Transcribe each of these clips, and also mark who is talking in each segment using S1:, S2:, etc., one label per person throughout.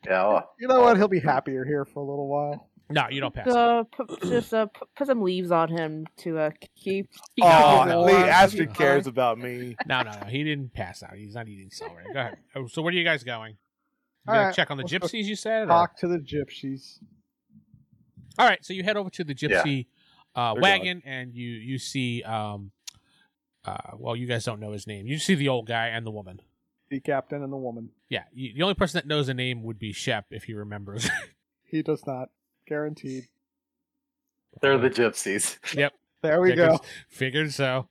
S1: Yeah. oh, well,
S2: You know what? He'll be happier here for a little while.
S3: No, you don't pass. out.
S4: Uh, pu- just uh, pu- put some leaves on him to uh, keep. keep
S5: Oh,
S4: him
S3: no.
S4: warm,
S5: Lee
S4: keep
S6: ah,
S5: Astrid
S4: him
S5: cares
S4: alive.
S5: about me.
S3: No, no, no. He didn't pass out. He's not eating celery. Go ahead. Oh, so where are you guys going? You
S2: All
S3: gonna
S2: right,
S3: check on the
S2: let's go
S3: gypsies, you said? or-
S2: Talk to the gypsies.
S3: All right, so you head over to the
S1: Yeah.
S3: gypsy uh,
S5: They're
S3: wagon, and you you see, um, uh, well, you guys don't know his name. You see the old guy and the woman.
S2: The captain and the woman.
S3: Yeah, you, the only person that knows the name would be Shep if he remembers.
S2: He does not. Guaranteed.
S1: They're the gypsies.
S2: There we
S3: Figures-
S2: go.
S3: Figured so.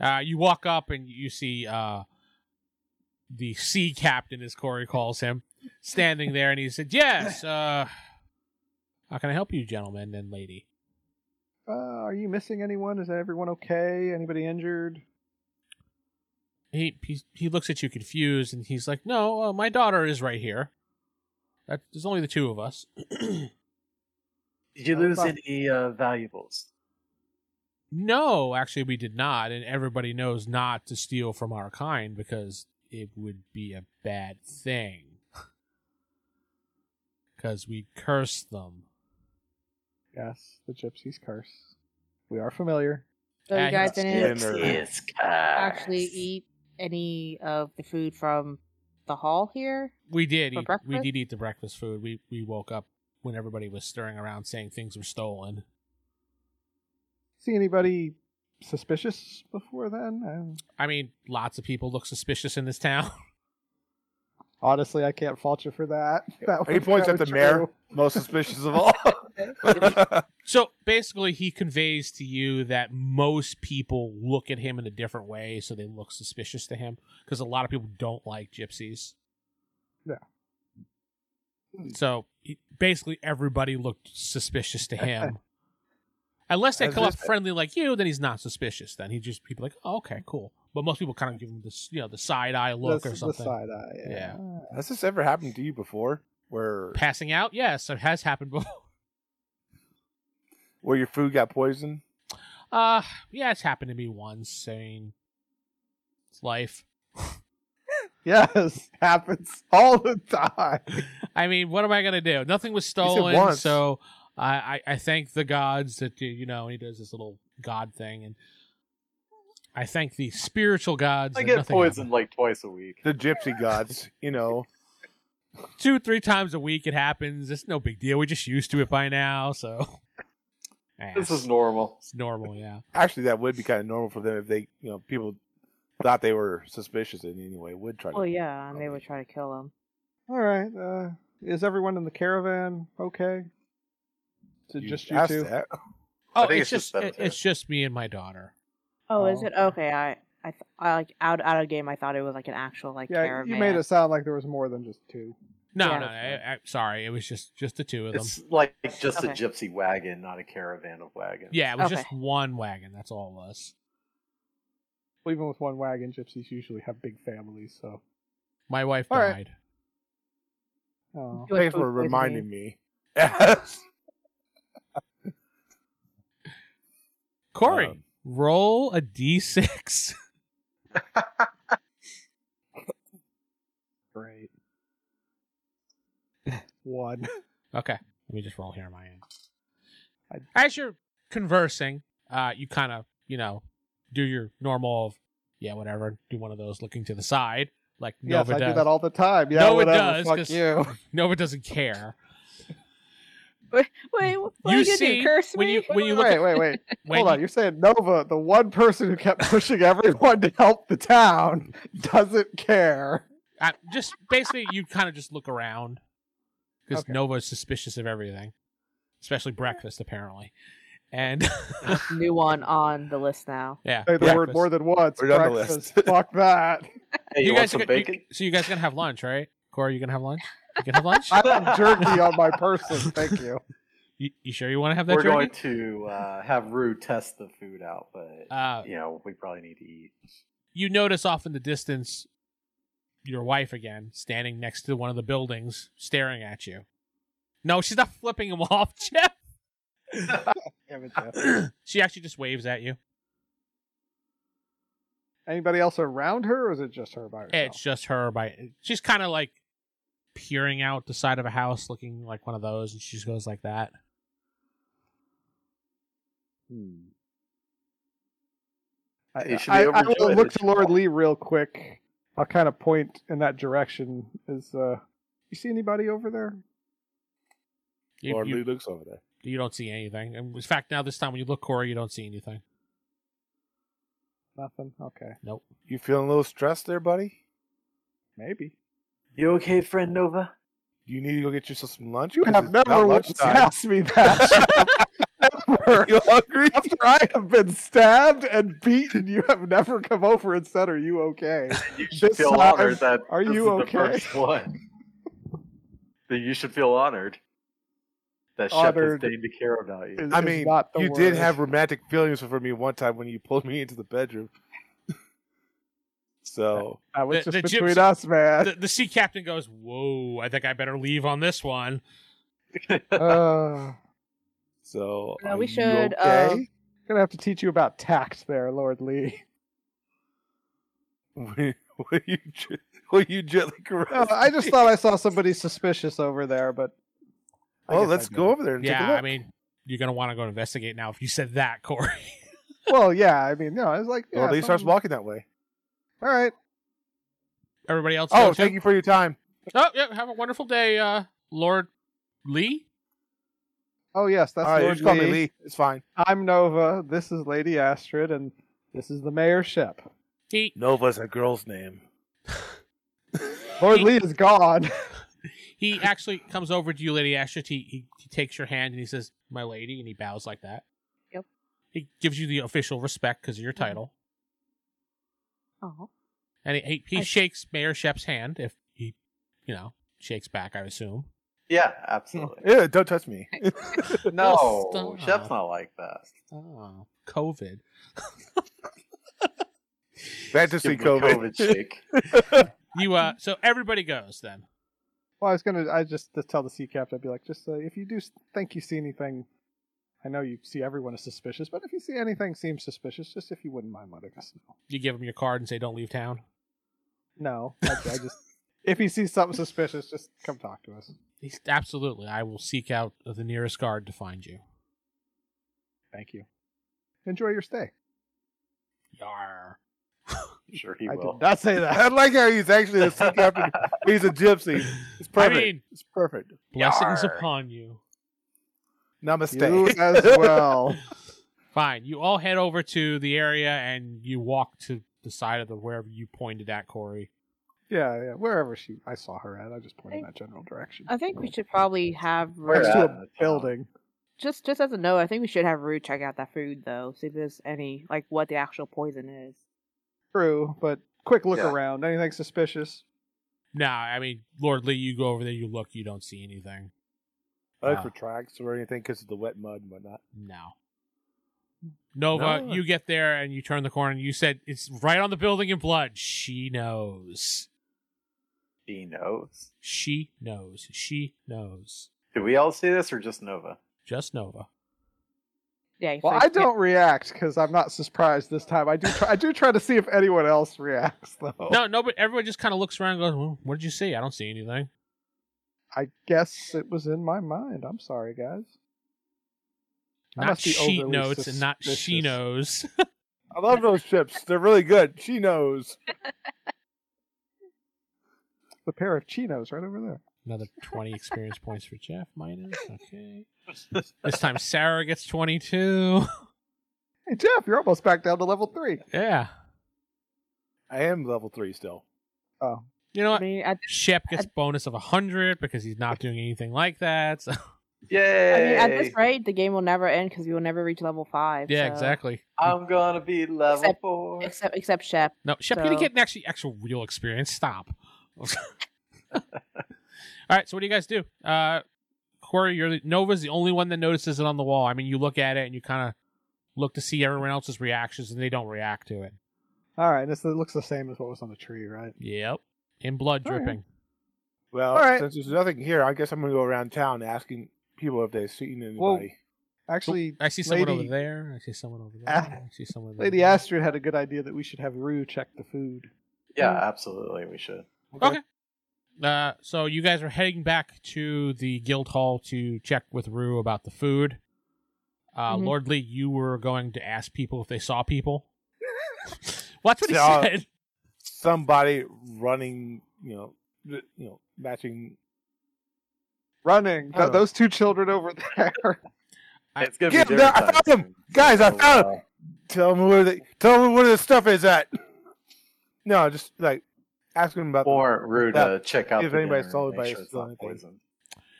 S3: Uh, you walk up and you see uh, the sea captain, as Corey calls him, standing there, and he said, "Yes, uh, how can I help you, gentlemen and lady?"
S2: Uh, are you missing anyone? Is everyone okay? Anybody injured?
S3: He he, he looks at you confused, and he's like, "No, uh, my daughter is right here. That, there's only the two of us."
S1: Did you
S2: Oh,
S1: lose
S2: fuck.
S1: any uh, valuables?
S3: No, actually, we did not, and everybody knows not to steal from our kind because it would be a bad thing. Because we curse them.
S2: Yes, the gypsies curse. We are familiar.
S4: So
S3: Ah,
S4: you
S3: he
S4: guys
S3: must
S4: didn't
S5: Dinner.
S1: Yes, guys.
S4: actually eat any of the food from the hall here.
S3: We did
S4: For
S3: eat. We
S4: breakfast?
S3: did eat the breakfast food. We we woke up when everybody was stirring around saying things were stolen.
S2: See anybody suspicious before then? Um,
S3: I mean, lots of people look suspicious in this town.
S2: honestly, I can't fault you for that. that
S6: He
S2: was-
S6: points
S2: that
S6: at the
S2: was
S6: mayor,
S2: true.
S6: most suspicious of all.
S3: So basically, he conveys to you that most people look at him in a different way, so they look suspicious to him. Because a lot of people don't like gypsies. So he- basically, everybody looked suspicious to him. Unless they
S6: As
S3: come up
S6: if-
S3: friendly like you, then he's not suspicious. Then he just people like, oh, okay, cool. But most people kind of give him this, you know, the side eye look
S2: the,
S3: or something.
S2: The side eye.
S3: Yeah.
S6: Has this ever happened to you before? Where
S3: Passing out, yes, it has happened before.
S6: where your food got poisoned?
S3: Uh, yeah, it's happened to me once. I mean, it's life.
S2: Yes, happens all the time.
S3: I mean, what am I gonna do? Nothing was stolen,
S6: once.
S3: so I, I I thank the gods that you know he does this little god thing, and I thank the spiritual gods.
S1: I
S3: that
S1: get
S3: nothing
S1: poisoned like twice a week.
S6: The gypsy gods, you know.
S3: happened. two three times a week. It happens. It's no big deal. We're just used to it by now, so Eh,
S1: This is normal.
S3: it's normal. Yeah,
S6: Actually, that would be kind of normal for them if they, you know, people thought they were suspicious in any way would try to.
S4: Well, yeah, and they would try to kill him.
S2: All right. Uh, is everyone in the caravan okay? Is it
S6: You
S2: just you
S6: asked
S2: two?
S6: that.
S3: oh, it's,
S1: think it's just
S3: just
S1: them
S3: it-
S1: two.
S3: it's just me and my daughter.
S4: Oh, is
S2: Oh,
S4: it okay? I, I, th- I like out out of game. I thought it was like an actual like
S2: Yeah,
S4: caravan.
S2: you made it sound like there was more than just two.
S3: No,
S4: Yeah.
S3: no, I, I, sorry, it was just just the two of them.
S1: It's like just a
S4: Okay.
S1: gypsy wagon, not a caravan of wagons.
S3: yeah, it was just
S4: Okay.
S3: one wagon. That's all it was.
S2: Well, even with one wagon, gypsies usually have big families. So,
S3: My wife
S2: All right.
S3: died.
S2: oh.
S4: You had
S6: Thanks
S4: food
S6: for
S4: poisoning.
S6: reminding me.
S3: Corey,
S6: Um,
S3: roll a d6.
S2: great. one.
S3: Okay. Let me just roll here on my end.
S2: I-
S3: As you're conversing, uh, you kind of, you know, do your normal, yeah, whatever, do one of those looking to the side, like
S2: Yes,
S3: Nova
S2: I
S3: does.
S2: do that all the time. Yeah,
S3: Nova
S2: whatever.
S3: does,
S2: Fuck
S3: 'cause-
S2: you.
S3: Nova doesn't care.
S4: Wait, what are
S3: you
S4: you gonna do?
S3: see,
S4: Curse
S3: when
S4: me?
S3: you when you look
S2: wait,
S3: at,
S2: wait, wait.
S3: when
S2: Hold on.
S3: you-
S2: You're saying Nova, the one person who kept pushing everyone to help the town, doesn't care.
S3: uh, just basically you kind of just look around because
S2: Okay.
S3: Nova is suspicious of everything, especially breakfast apparently, and
S4: New one on the list now.
S3: yeah,
S2: Say the word
S3: breakfast.
S2: more than once.
S6: We're on the
S2: breakfast.
S6: list.
S2: Fuck that.
S1: Hey, you,
S3: You
S1: want
S3: guys
S1: some
S3: are gonna- you-
S1: bacon?
S3: so you guys gonna have lunch, right? Corey, you gonna have lunch? You gonna have lunch?
S2: I have jerky on my person. Thank you.
S3: you, you sure you want to have that?
S1: We're
S3: jerky?
S1: going to uh, have Rue test the food out, but
S3: Uh,
S1: you know we probably need to eat.
S3: you notice off in the distance your wife again standing next to one of the buildings staring at you. No, she's not flipping him off, Jeff.
S2: Damn it, Jeff.
S3: she actually just waves at you.
S2: Anybody else around her, or is it just her by herself?
S3: It's just her by she's kind of like peering out the side of a house looking like one of those and she just goes like that.
S2: I,
S1: Hey, should we
S2: I, I
S1: overdo
S2: will
S1: it?
S2: look to Lord Lee real quick. I'll kind of point in that direction. Is uh, you see anybody over there?
S3: You,
S6: Lord
S3: you,
S6: Lee Luke's over there.
S3: you don't see anything. And in fact, now this time when you look Corey, you don't see anything.
S2: Nothing. Okay,
S6: You feeling a little stressed there, buddy?
S2: maybe.
S1: You okay, friend Nova?
S6: You need to go get yourself some lunch.
S2: You
S6: 'Cause
S2: have
S6: it's about
S2: never once
S6: lunchtime.
S2: asked me that. Ever.
S6: You hungry?
S2: After I have been stabbed and beaten, you have never come over and said, "Are you okay?"
S1: You should
S2: This
S1: feel
S2: time,
S1: honored that
S2: are
S1: this
S2: you
S1: is
S2: okay?
S1: the first one. That you should feel honored that
S2: Honored.
S1: Shep has deigned to care about you.
S2: Is-
S6: I
S2: is
S6: mean,
S2: not the
S6: you did
S2: word.
S6: have romantic feelings for me one time when you pulled me into the bedroom. so
S2: That was
S3: The-
S2: just
S3: the
S2: between
S3: gypsy-
S2: us, man.
S3: The, the sea captain goes, "Whoa, I think I better leave on this one."
S2: uh,
S6: so
S4: Uh,
S6: are
S4: we
S6: you
S4: should, uh,
S6: okay?
S2: gonna have to teach you about tact, there, Lord Lee.
S6: will will you ge- will you gently
S2: No,
S6: caress?
S2: I
S6: me?
S2: just thought I saw somebody suspicious over there, but I
S6: Well,
S2: guess
S6: let's go
S2: I didn't.
S6: over there and take a
S3: yeah,
S6: look.
S3: I mean, you're gonna want to go investigate now if you said that, Corey.
S2: well, yeah, I mean, no, I was like, yeah,
S6: Lord Lee starts
S2: something-
S6: walking that way.
S2: All right,
S3: Everybody else.
S6: Oh,
S3: go too?
S6: thank you for your time.
S3: Oh, yeah. Have a wonderful day, uh, Lord Lee.
S2: oh yes, that's
S6: All right, you
S2: Lord
S6: just call
S2: Lee.
S6: me Lee. It's fine.
S2: I'm Nova. This is Lady Astrid, and this is the Mayor Shep.
S3: He
S6: Nova's a girl's name.
S2: Lord
S3: He-
S2: Lee is gone.
S3: he actually comes over to you, Lady Ashut. He, he he takes your hand and he says, "My lady," and he bows like that.
S4: Yep. Mm-hmm.
S3: He gives you the official respect because of your title,
S4: Oh,
S3: and he he, he
S4: I-
S3: shakes Mayor Shep's hand if he, you know, shakes back. I assume.
S1: Yeah, absolutely.
S6: Yeah, don't touch me.
S1: No,
S3: Stop.
S1: Chef's not like that.
S3: Oh, COVID.
S6: Fantasy
S1: Give me COVID
S6: COVID.
S1: shake.
S3: You uh, so everybody goes then.
S2: Well, I was gonna. I just to tell the sea captain, I'd be like, just uh, if you do s- think you see anything, I know you see everyone is suspicious, but if you see anything seems suspicious, just if you wouldn't mind letting us know.
S3: You give them your card and say, "Don't leave town."
S2: No, I, I just if you see something suspicious, just come talk to us.
S3: He's- Absolutely, I will seek out the nearest guard to find you.
S2: Thank you. Enjoy your stay.
S3: Yar.
S1: I'm sure he
S2: I
S1: will.
S2: did not say
S6: I
S2: that.
S6: like how he's actually a sea captain. He's a gypsy. It's
S3: I
S6: perfect.
S3: mean,
S6: it's perfect.
S3: blessings
S1: Yar.
S3: upon you.
S2: you
S6: Namaste.
S2: as well.
S3: Fine. You all head over to the area and you walk to the side of the wherever you pointed at Corey.
S2: Yeah, yeah. Wherever she, I saw her at. I just pointed in that general direction.
S4: I think we should probably have
S1: Where
S4: Rue,
S2: Next to
S1: at in the
S2: a
S1: town?
S2: building.
S4: just just as a note. I think we should have Rue check out that food though, see if there's any like what the actual poison is.
S2: True, but quick look
S1: Yeah.
S2: around. Anything suspicious?
S3: Nah, I mean, Lord Lee, you go over there, you look, you don't see anything.
S6: I like
S3: Wow.
S6: for tracks or anything because of the wet mud and whatnot.
S3: No. Nova,
S6: No.
S3: you get there and you turn the corner and you said it's right on the building in blood. She knows.
S1: He knows.
S3: She knows. She knows.
S1: Do we all see this or just Nova?
S3: Just Nova.
S4: Yeah. you
S2: Well,
S4: first-
S2: I don't react because I'm not surprised this time. I do. Try, I do try to see if anyone else reacts, though.
S3: No, no, but everyone just kind of looks around and goes, well, What did you see? I don't see anything.
S2: I guess it was in my mind. I'm sorry, guys. I
S3: Not
S2: must be
S3: she
S2: overly
S3: notes and not she
S2: suspicious.
S3: knows.
S6: I love those chips. They're really good. She knows.
S2: The pair of chinos right over there.
S3: Another 20 experience points for Jeff, minus. Okay. This time Sarah gets 22.
S2: Hey Jeff, you're almost back down to level three.
S3: Yeah.
S6: I am level three still.
S2: Oh,
S3: You know
S4: I
S3: what?
S4: mean, I,
S3: Shep gets bonus of 100 because he's not doing anything like that. So.
S1: Yay!
S4: I mean, at this rate, the game will never end because we will never reach level five.
S3: Yeah,
S4: so-
S3: exactly.
S1: I'm gonna be level
S4: Except-
S1: four.
S4: Except except Shep.
S3: No, Shep gonna
S4: So-
S3: get an actually actual real experience. Stop. All right, so what do you guys do? Uh Corey, you're the, Nova's the only one that notices it on the wall. I mean, you look at it and you kind of look to see everyone else's reactions, and they don't react to it.
S2: all right. This it looks the same as what was on the tree, right?
S3: Yep, and blood
S2: All right.
S3: dripping.
S6: Well,
S2: All right.
S6: since there's nothing here, I guess I'm going to go around town asking people if they've seen anybody.
S2: Well, Actually,
S3: I see someone over
S2: Lady-
S3: there. I see someone over there.
S2: Ah.
S3: I see someone. Over
S2: Lady
S3: there.
S2: Astrid had a good idea that we should have Rue check the food.
S1: Yeah, absolutely. We should.
S3: Okay. Uh, so you guys are heading back to the guild hall to check with Rue about the food. Uh,
S2: Mm-hmm.
S4: Mhm.
S3: Lord Lee, you were going to ask people if they saw people. well, that's what he
S6: Yeah.
S3: said.
S6: Somebody running, you know, th- you know, matching.
S2: Running.
S6: Oh.
S2: Th- those two children over there.
S3: I-
S1: it's gonna
S6: Get
S1: be
S6: him
S1: different
S6: down. I
S1: times.
S6: found him! Guys, I
S1: Oh,
S6: found
S1: wow.
S6: Tell them where the tell them where the stuff is at. No, just like ask them about
S1: Or Rue uh, to
S6: Yeah.
S1: check out
S6: If
S1: the
S6: anybody's
S1: dinner and
S6: sold
S1: make
S6: by
S1: sure it's not
S6: anything.
S1: poisoned.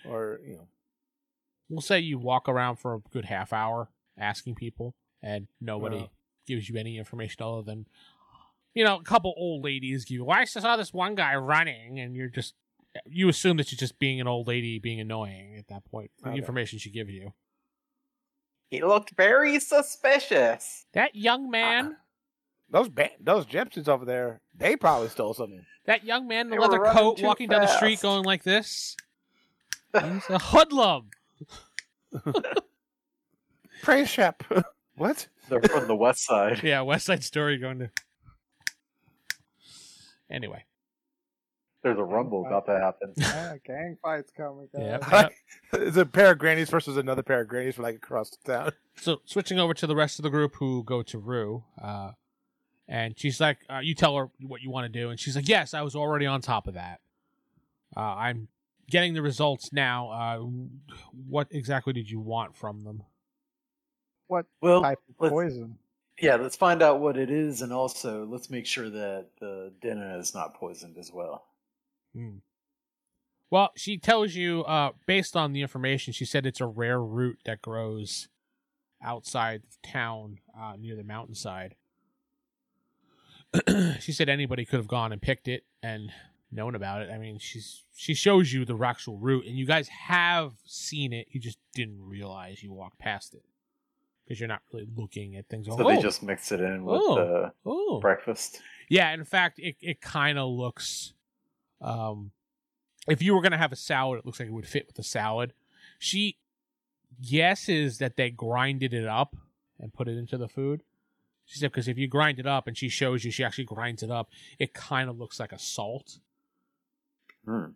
S6: the, or you know.
S3: We'll say you walk around for a good half hour asking people, and nobody
S6: Yeah.
S3: gives you any information other than, you know, a couple old ladies give you, well, I saw this one guy running, and you're just, you assume that you're just being an old lady being annoying at that point, for the
S6: Okay.
S3: information she gives you.
S1: He looked very suspicious.
S3: That young man.
S6: Those ba- those gypsies over there, they probably stole something.
S3: That young man in the
S1: They were
S3: leather
S1: running
S3: coat
S1: too
S3: walking down the street
S1: fast.
S3: going like this. He's a hoodlum.
S6: Prey ship. what?
S1: They're from the west side.
S3: Yeah, West Side Story going to. Anyway.
S1: There's a rumble about to happen.
S2: yeah, Ah, gang fights coming. guys.
S3: Yep.
S6: Hi. It's a pair of grannies versus another pair of grannies from like across the town.
S3: So switching over to the rest of the group who go to Rue, uh, and she's like, uh, "You tell her what you want to do," and she's like, "Yes, I was already on top of that. Uh, I'm getting the results now. Uh, what exactly did you want from them?"
S2: What
S1: Well,
S2: type of
S1: let's-
S2: poison?
S1: yeah, let's find out what it is, and also let's make sure that the dinner is not poisoned as well.
S3: Hmm. Well, she tells you, uh, based on the information, she said it's a rare root that grows outside of town uh, near the mountainside. she said anybody could have gone and picked it, and known about it. I mean, she's she shows you the actual route, and you guys have seen it. You just didn't realize you walked past it because you're not really looking at things.
S1: So
S3: going,
S1: they
S3: "Oh,
S1: just mix it in with
S3: Oh.
S1: the
S3: oh,
S1: breakfast.
S3: yeah. In fact, it it kind of looks, um, if you were gonna have a salad, it looks like it would fit with the salad. She guesses that they grinded it up and put it into the food. She said because if you grind it up, and she shows you, she actually grinds it up. It kind of looks like a salt.
S1: Hmm.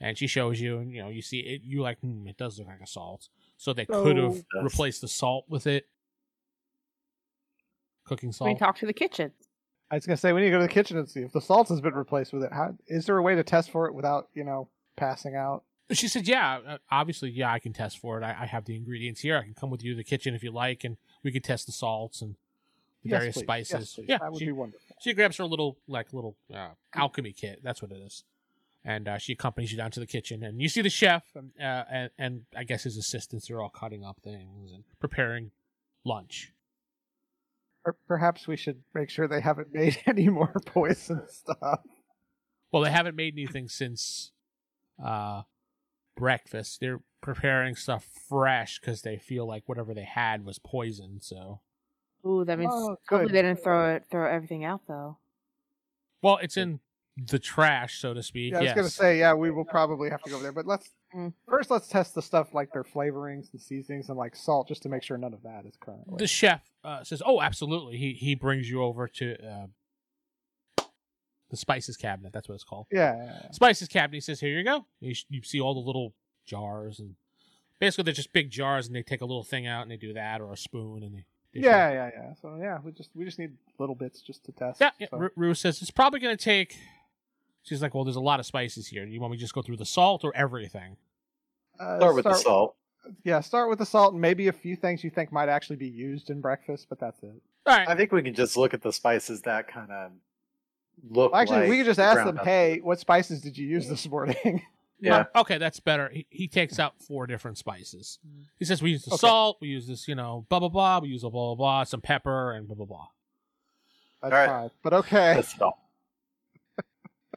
S3: and she shows you, and you know, you see it. You like, hmm, it does look like a salt. So they
S2: So-
S3: could have
S1: Yes.
S3: replaced the salt with it, cooking
S4: We
S3: salt.
S4: talk to the kitchen.
S2: I was gonna say we need to go to the kitchen and see if the salt has been replaced with it. How is there a way to test for it without you know passing out?
S3: she said, "Yeah, uh, obviously, yeah, I can test for it. I, I have the ingredients here. I can come with you to the kitchen if you like, and we could test the salts and the
S2: Yes,
S3: various
S2: please. Yes,
S3: spices."
S2: please.
S3: yeah,
S2: that would
S3: she,
S2: be wonderful.
S3: she grabs her little like little uh, alchemy kit. That's what it is, and uh, she accompanies you down to the kitchen, and you see the chef and uh, and, and I guess his assistants are all cutting up things and preparing lunch.
S2: Or perhaps we should make sure they haven't made any more poison stuff.
S3: Well, they haven't made anything since uh, breakfast. They're preparing stuff fresh because they feel like whatever they had was poison. So,
S4: Ooh, that means
S2: Oh,
S4: hopefully
S2: good.
S4: they didn't throw it, throw everything out though.
S3: well, it's in the trash, so to speak.
S2: Yeah, I was
S3: yes.
S2: gonna say, yeah, we will probably have to go there, but let's
S4: Mm.
S2: first let's test the stuff like their flavorings and seasonings and like salt, just to make sure none of that is currently.
S3: the chef uh, says, "Oh, absolutely." He he brings you over to uh, the spices cabinet. That's what it's called.
S2: Yeah, yeah, yeah.
S3: Spices cabinet. He says, "Here you go." You, sh- you see all the little jars and basically they're just big jars, and they take a little thing out and they do that, or a spoon, and they dish it
S2: yeah, yeah, yeah. So yeah, we just we just need little bits just to test.
S3: Yeah, yeah.
S2: so-
S3: Ru- Rue says it's probably going to take. She's like, well, there's a lot of spices here. Do you want me to just go through the salt or everything?
S2: Uh,
S1: Start with the salt.
S2: Yeah, start with the salt and maybe a few things you think might actually be used in breakfast, but that's it.
S3: All right.
S1: I think we can just look at the spices that kind of look.
S2: Actually,
S1: like
S2: we could just
S1: the
S2: ask
S1: ground
S2: them,
S1: up.
S2: "Hey, what spices did you use this morning?"
S1: yeah,
S3: Uh, okay, that's better. He, he takes out four different spices. He says we use the
S2: Okay.
S3: salt, we use this, you know, blah blah blah, we use a blah blah blah, some pepper, and blah blah blah.
S2: That's
S1: All right.
S2: fine. But okay.
S1: that's all.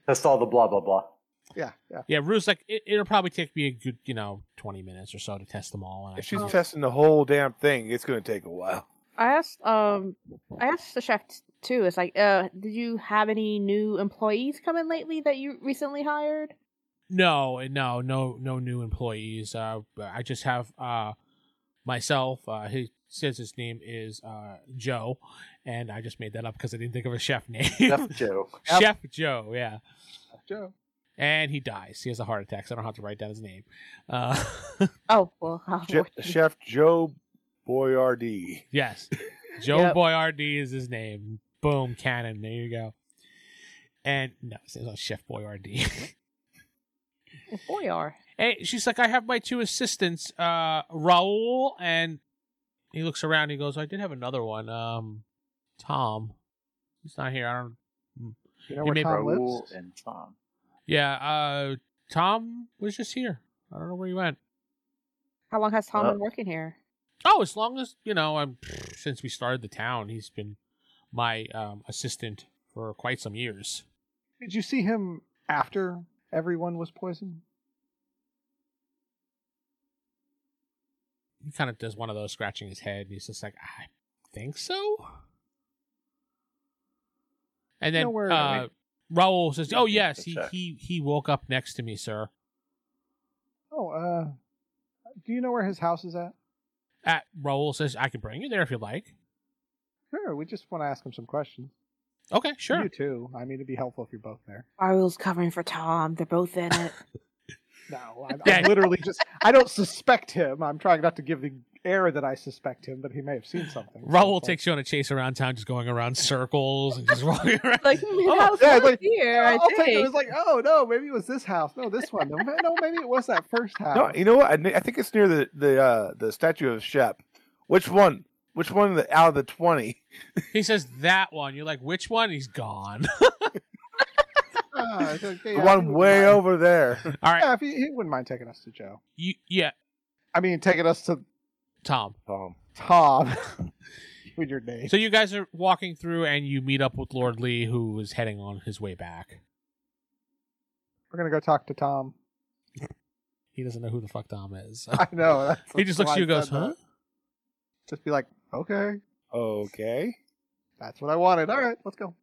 S1: That's all the blah blah blah.
S2: yeah, yeah.
S3: Yeah, Rue's like it, it'll probably take me a good, you know, twenty minutes or so to test them all. And I
S6: If she's
S3: can-
S6: testing the whole damn thing, it's going to take a while.
S4: I asked, um, I asked the chef t- too. It's like, uh, did you have any new employees come in lately that you recently hired?
S3: No, no, no, no new employees. Uh, I just have uh, myself. Uh, he says his name is uh, Joe, and I just made that up because I didn't think of a chef name.
S1: Chef Joe.
S3: Chef Joe, yeah.
S2: Joe.
S3: And he dies. He has a heart attack, so I don't have to write down his name. Uh,
S4: Oh well, I'll
S6: Je-
S4: wait.
S6: Chef Joe Boyardee.
S3: yes, Joe
S4: Yep.
S3: Boyardee is his name. Boom, cannon. There you go. And no, it's not Chef Boyardee.
S4: Boy, are
S3: Hey, she's like, I have my two assistants, uh, Raul, and he looks around. he goes, I did have another one, um, Tom. He's not here. I don't.
S2: You know
S3: You
S2: where
S3: may
S2: Tom
S1: Raoul
S2: lives?
S1: and Tom.
S3: Yeah, uh, Tom was just here. I don't know where he went.
S4: how long has Tom
S2: Uh.
S1: Oh.
S4: been working here?
S3: Oh, as long as you know, I'm since we started the town, he's been my um, assistant for quite some years.
S2: Did you see him after everyone was poisoned?
S3: He kind of does one of those scratching his head. and He's just like, I think so. And then
S2: No worry.
S3: uh, Raul says,
S1: Yeah,
S3: "Oh
S1: I think
S3: yes,
S1: so,
S3: he,
S1: sure.
S3: he he woke up next to me, sir,
S2: Oh, uh, do you know where his house is at?
S3: At Raul says, I can bring you there if you like.
S2: Sure. We just want to ask him some questions.
S3: Okay, sure.
S2: You too. I mean, it'd be helpful if you're both there.
S4: Arul's covering for Tom. They're both in it.
S2: No, I'm,
S3: Yeah.
S2: I'm literally just. I don't suspect him. I'm trying not to give the air that I suspect him, but he may have seen something.
S3: Raul
S2: So-
S3: takes you on a chase around town, just going around circles and just walking around.
S4: like,
S2: yeah,
S4: oh,
S2: it's like-
S4: here.
S2: Yeah,
S4: I
S2: I'll take it. It
S4: think.
S2: was like, oh no, maybe it was this house. No, this one. No, ma- no maybe it was that first house.
S6: No, you know what? I, kn- I think it's near the the uh, the statue of Shep. Which one? Which one of the, out of the twenty?
S3: He says that one. You're like, which one? He's gone.
S2: Ah, it's okay,
S6: the
S2: yeah, he
S6: one
S2: wouldn't
S6: way
S2: mind.
S6: over there.
S3: All right,
S2: Yeah, if he, he wouldn't mind taking us to Joe.
S3: you, yeah,
S2: I mean, taking us to
S3: Tom.
S6: Tom.
S2: Tom. With your name.
S3: So you guys are walking through, and you meet up with Lord Lee, who is heading on his way back.
S2: We're gonna go talk to Tom.
S3: He doesn't know who the fuck Tom is.
S2: I know. that's
S3: he just looks
S2: why
S3: at you and
S2: I
S3: goes,
S2: said that.
S3: huh?
S2: Just be like, okay,
S6: Okay.
S2: that's what I wanted. All right, let's go.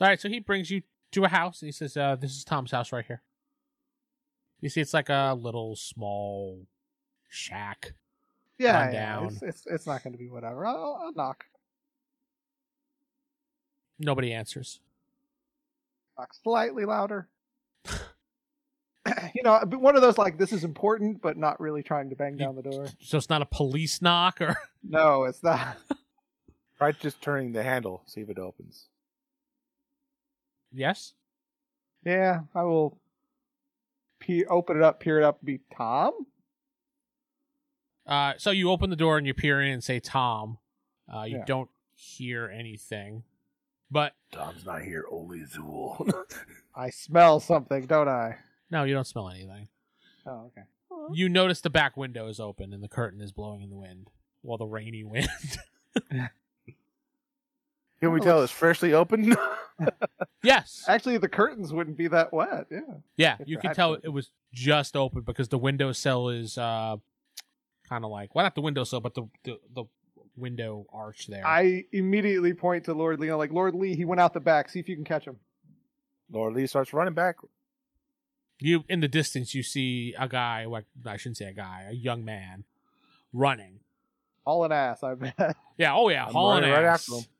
S3: All right, so he brings you to a house and he says, uh, "This is Tom's house right here." You see, it's like a little small shack.
S2: Yeah,
S3: Come
S2: yeah,
S3: down.
S2: It's, it's it's not gonna be whatever. I'll, I'll knock.
S3: Nobody answers.
S2: Knock slightly louder. you know, but one of those like this is important, but not really trying to bang down the door.
S3: So it's not a police knock, or
S2: No, it's not.
S6: Try just turning the handle, see if it opens.
S3: yes,
S2: Yeah, I will. Pe- open it up, peer it up, be Tom.
S3: Uh, so you open the door and you peer in and say, "Tom." Uh, you
S2: Yeah.
S3: don't hear anything, but
S6: Tom's not here, only Zool.
S2: I smell something, don't I?
S3: no, you don't smell anything.
S2: Oh, okay.
S3: You notice the back window is open and the curtain is blowing in the wind, well, the rainy wind.
S6: Can we tell it's freshly opened?
S3: yes,
S2: Actually, the curtains wouldn't be that wet. Yeah.
S3: yeah,
S2: If
S3: you
S2: they're
S3: can tell
S2: active.
S3: it was just open because the window sill is uh, kind of like well, not the window sill, but the the, the window arch there.
S2: I immediately point to Lord Lee. I'm like, Lord Lee, he went out the back. See if you can catch him.
S6: Laura Lee starts running back.
S3: you in the distance you see a guy. Well, I shouldn't say a guy, a young man running.
S2: All an ass, I bet.
S3: Yeah. Oh yeah.
S6: I'm
S3: Hauling
S6: running right
S3: ass.
S6: after them.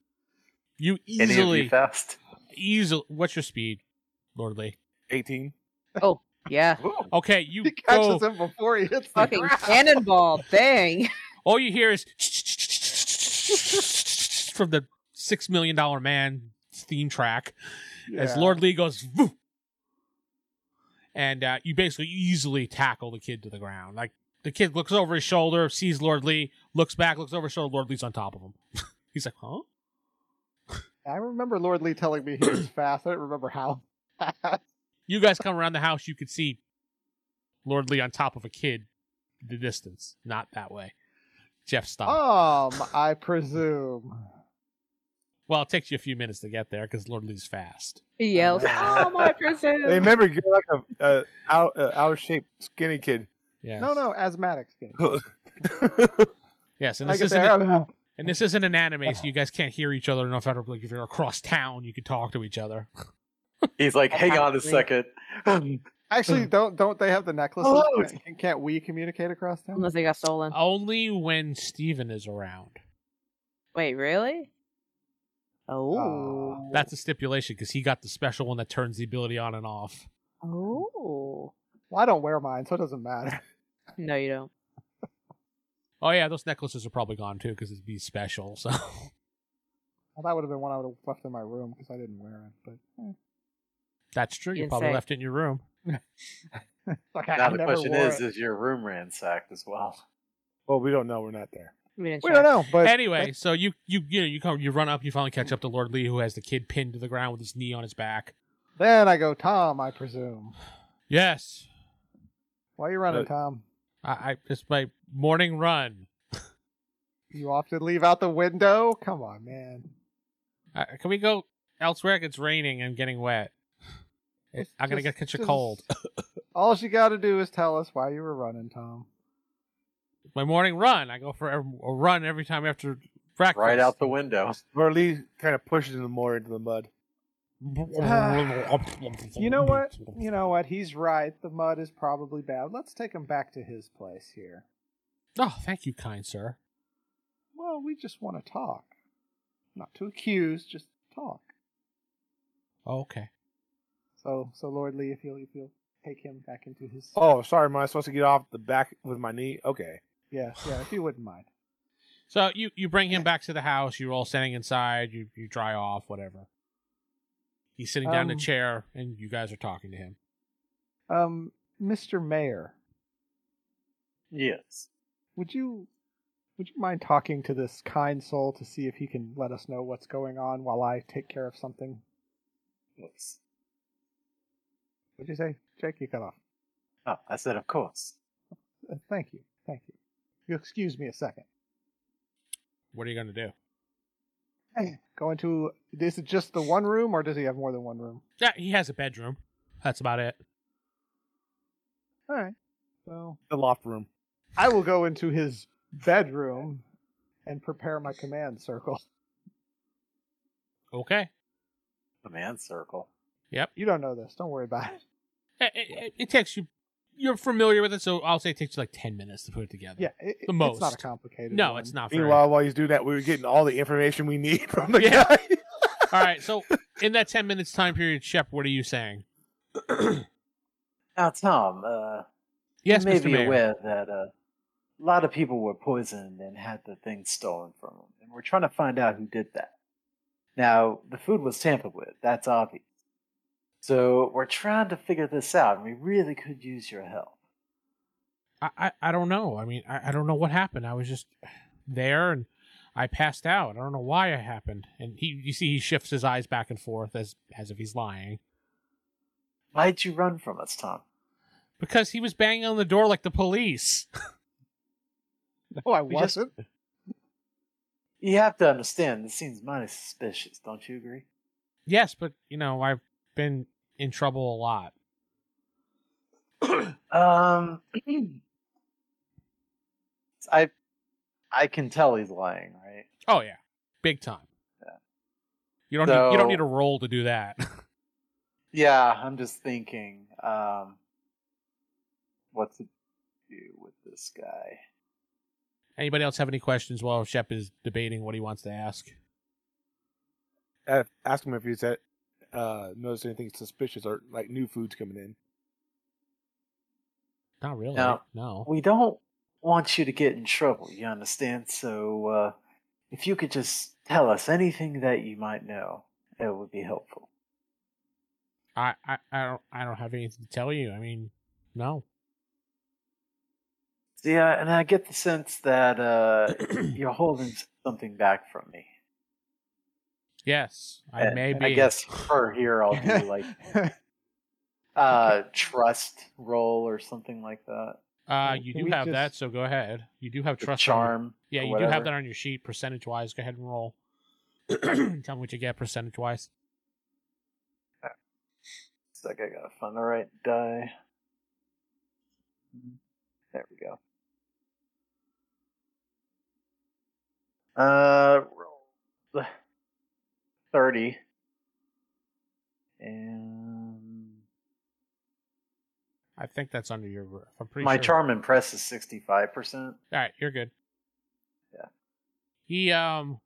S3: You
S1: Any of you
S3: easily,
S1: fast?
S3: easily. What's your speed, Lordly?
S6: 18.
S4: Yeah.
S3: Okay, you
S2: He
S3: go.
S2: catches him before he hits the
S4: Fucking
S2: ground.
S4: cannonball. Dang.
S3: All you hear is from the Six Million Dollar Man theme track as
S2: Yeah.
S3: Lord Lee goes. "Voo!" And uh, you basically easily tackle the kid to the ground. Like the kid looks over his shoulder, sees Lord Lee, looks back, looks over his shoulder. Lord Lee's on top of him. He's like, "Huh?
S2: I remember Lord Lee telling me he was fast. I don't remember how.
S3: You guys come around the house, you could see Lord Lee on top of a kid the distance. Not that way. Jeff stopped.
S2: um, I presume.
S3: Well, it takes you a few minutes to get there because Lord Lee's fast.
S4: He yells. Oh my
S6: They
S4: prison.
S6: remember you're like a, a out, uh, out shape skinny kid.
S3: Yes.
S2: No, no, asthmatic skin.
S3: Yes, and
S2: I
S3: this
S2: get
S3: isn't
S2: there.
S3: a,
S2: I'm like,
S3: and this isn't an anime, so you guys can't hear each other enough. Out of like if you're across town, you could talk to each other.
S1: He's like,
S4: I
S1: hang on a
S4: probably-
S1: second.
S2: Actually, don't don't they have the necklace?
S3: Oh,
S1: Hello.
S2: Can't, can't we communicate across town?
S4: Unless they got stolen.
S2: oh.
S3: Only when Steven is around.
S4: Wait, really? Oh.
S2: Oh.
S3: That's a stipulation because he got the special one that turns the ability on and off.
S4: Oh.
S2: Well, I don't wear mine, so it doesn't matter.
S4: No, you don't.
S3: Oh yeah, those necklaces are probably gone too because it'd be special. So
S2: Well, that would have been one I would have left in my room because I didn't wear it. But eh.
S3: that's true. You
S4: Didn't
S3: probably
S4: say.
S3: left it in your room.
S2: like, I,
S1: now
S2: I
S1: the
S2: never
S1: question
S2: wore
S1: is,
S2: it.
S1: is your room ransacked as well?
S6: Well, we don't know. We're not there.
S4: We didn't
S2: we don't
S4: check.
S2: know. But
S3: anyway, so you you you know you come you run up, you finally catch up to Lord Lee, who has the kid pinned to the ground with his knee on his back.
S2: then I go, Tom. I presume.
S3: Yes,
S2: Why are you running,
S6: Uh,
S2: Tom?
S3: I, I it's my morning run.
S2: You often leave out the window. Come on, man.
S3: Uh, can we go elsewhere? It's raining and getting wet. It- I'm gonna get
S2: Just-
S3: catch a
S2: just-
S3: cold.
S2: all you got to do is tell us why you were running, Tom.
S3: My morning run. I go for a a run every time after breakfast.
S1: Right out the window.
S6: Laura Lee kind of pushes him more into the mud.
S2: You know what? You know what? He's right. The mud is probably bad. Let's take him back to his place here.
S3: Oh, thank you, kind sir.
S2: Well, we just want to talk, not to accuse, just talk.
S3: Oh, Okay.
S2: So, so Lord Lee, if you'll, if you'll take him back into his,
S6: Oh, sorry. Am I supposed to get off the back with my knee? Okay.
S2: yeah, yeah, if you wouldn't mind.
S3: So you you bring him back to the house. You're all standing inside. You you dry off, whatever. He's sitting down in
S2: Um,
S3: a chair, and you guys are talking to him.
S2: Um, Mr. Mayor,
S1: Yes.
S2: would you, would you mind talking to this kind soul to see if he can let us know what's going on while I take care of something?
S1: Yes.
S2: What'd you say, Jake? You cut off.
S1: Oh, I said, of course.
S2: Uh, Thank you. Thank you. If You'll excuse me a second.
S3: What are you going to do?
S2: Go into. Is it just the one room, or does he have more than one room?
S3: Yeah, he has a bedroom. That's about it.
S2: All right. So
S5: The loft room.
S2: I will go into his bedroom and prepare my command circle.
S3: Okay.
S1: Command circle.
S2: You don't know this. Don't worry about it.
S3: It, it- Eh, it takes you. You're familiar with it, so I'll say it takes you like ten minutes to put it together.
S2: Yeah, it,
S3: The
S2: it's not a
S3: most.
S2: complicated.
S3: No,
S2: one.
S3: it's not. Very.
S6: Meanwhile, while he's doing that, we were getting all the information we need from the
S3: Yeah.
S6: guy.
S3: All right. So in that ten minutes time period, Shep, what are you saying?
S1: Now, Tom, uh,
S3: Yes,
S1: you may
S3: Mr.
S1: be
S3: Mayor.
S1: aware that uh, a lot of people were poisoned and had the thing stolen from them, and we're trying to find out who did that. Now, the food was tampered with. That's obvious. So we're trying to figure this out, and we really could use your help.
S3: I, I, I don't know. I mean, I, I don't know what happened. I was just there and I passed out. I don't know why it happened. And he, you see, he shifts his eyes back and forth as as if he's lying
S1: Why'd you run from us, Tom?
S3: because he was banging on the door like the police.
S2: Oh, I
S1: We just-
S2: wasn't.
S1: You have to understand, this seems mighty suspicious, don't you agree?
S3: yes, but you know, I've been in trouble a lot.
S1: Um, I, I can tell he's lying, right?
S3: Oh yeah, big time. You don't
S1: So-
S3: need, you don't need a roll to do that.
S1: Yeah, I'm just thinking, um, what to do with this guy.
S3: Anybody else have any questions while Shep is debating what he wants to ask?
S6: Uh, Ask him if he's at, uh, noticed anything suspicious or like new foods coming in.
S3: Not really.
S1: No.
S3: no.
S1: We don't want you to get in trouble, you understand? So, uh, if you could just tell us anything that you might know, it would be helpful.
S3: I, I, I don't I don't have anything to tell you. I mean, no.
S1: Yeah, and I get the sense that, uh, you're holding something back from me.
S3: Yes, I
S1: And-
S3: may
S1: and
S3: be.
S1: I guess for here, I'll do like, uh, trust roll or something like that.
S3: Uh,
S2: Can
S3: you
S2: we
S3: do have that,
S2: just-
S3: so go ahead. You do have
S1: Or
S3: trust. on-
S1: charm.
S3: yeah,
S1: or
S3: you do have
S1: whatever.
S3: that on your sheet, percentage wise. Go ahead and roll. Tell me what you get percentage wise.
S1: It's like I gotta find the right die. Mm-hmm. There we go. Uh, roll thirty, and
S3: I think that's under your. roof. I'm pretty
S1: my
S3: sure.
S1: charm impress is sixty-five percent.
S3: All right, you're good.
S1: Yeah.
S3: He um.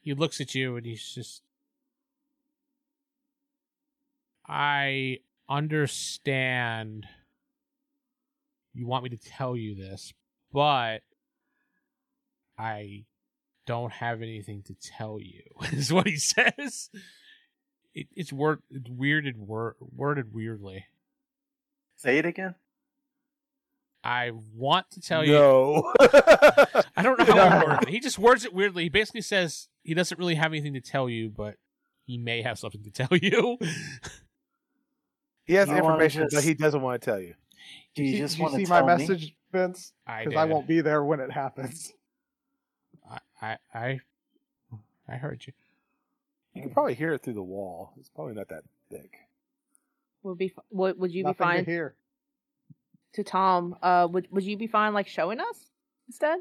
S3: He looks at you and he's just. I understand. You want me to tell you this, but I don't have anything to tell you. Is what he says. It, it's word it's weirded wor- worded weirdly.
S1: Say it again.
S3: I want to tell you
S6: no.
S3: I don't know how he words it. He just words it weirdly. He basically says he doesn't really have anything to tell you, but he may have something to tell you.
S6: he has
S1: You wanna
S6: information, but
S1: just-
S6: he doesn't want to tell you.
S1: Do you
S2: see-
S1: just
S2: you
S1: want to
S2: see
S1: tell
S2: my
S1: me?
S2: message, Vince?
S3: I
S2: Because I
S3: did.
S2: won't be there when it happens.
S3: I, I, I, I heard you.
S6: You can probably hear it through the wall. It's probably not that thick.
S4: Would be would, would you be
S2: Nothing
S4: fine
S2: to hear.
S4: to Tom, uh, would would you be fine like showing us instead?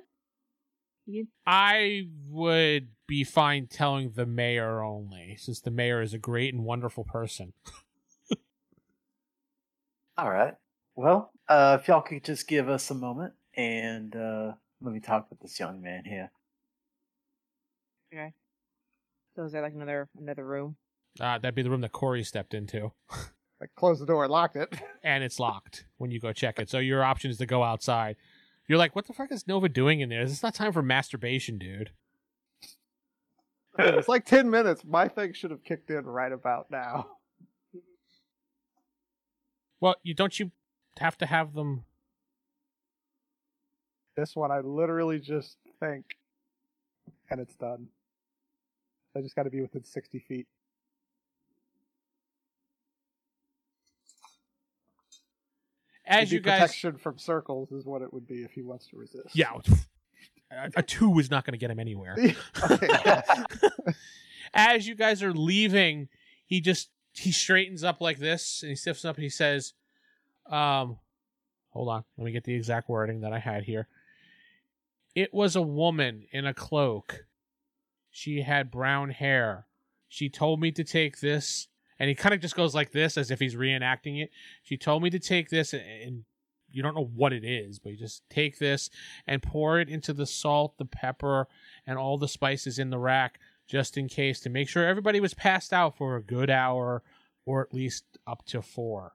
S4: You,
S3: I would be fine telling the mayor only, since the mayor is a great and wonderful person.
S1: All right. Well, uh, if y'all could just give us a moment and uh, let me talk with this young man here.
S4: so is there like another another room?
S3: Uh, that'd be the room that Corey stepped into,
S2: I closed the door, locked it.
S3: and it's locked when you go check it. So your option is to go outside. You're like, what the fuck is Nova doing in there? It's not time for masturbation, dude.
S2: it's like ten minutes. My thing should have kicked in right about now.
S3: Well, you don't you have to have them
S2: This one, I literally just think, and it's done. I just got to be within sixty feet.
S3: as
S2: It'd be
S3: you guys
S2: protection from circles is what it would be if he wants to resist.
S3: Yeah. a, a two is not going to get him anywhere.
S2: okay.
S3: As you guys are leaving, he just he straightens up like this and he stiffs up and he says, um, hold on, let me get the exact wording that I had here. It was a woman in a cloak. She had brown hair. She told me to take this, and he kind of just goes like this as if he's reenacting it. She told me to take this, and, and you don't know what it is, but you just take this and pour it into the salt, the pepper, and all the spices in the rack just in case to make sure everybody was passed out for a good hour or at least up to four.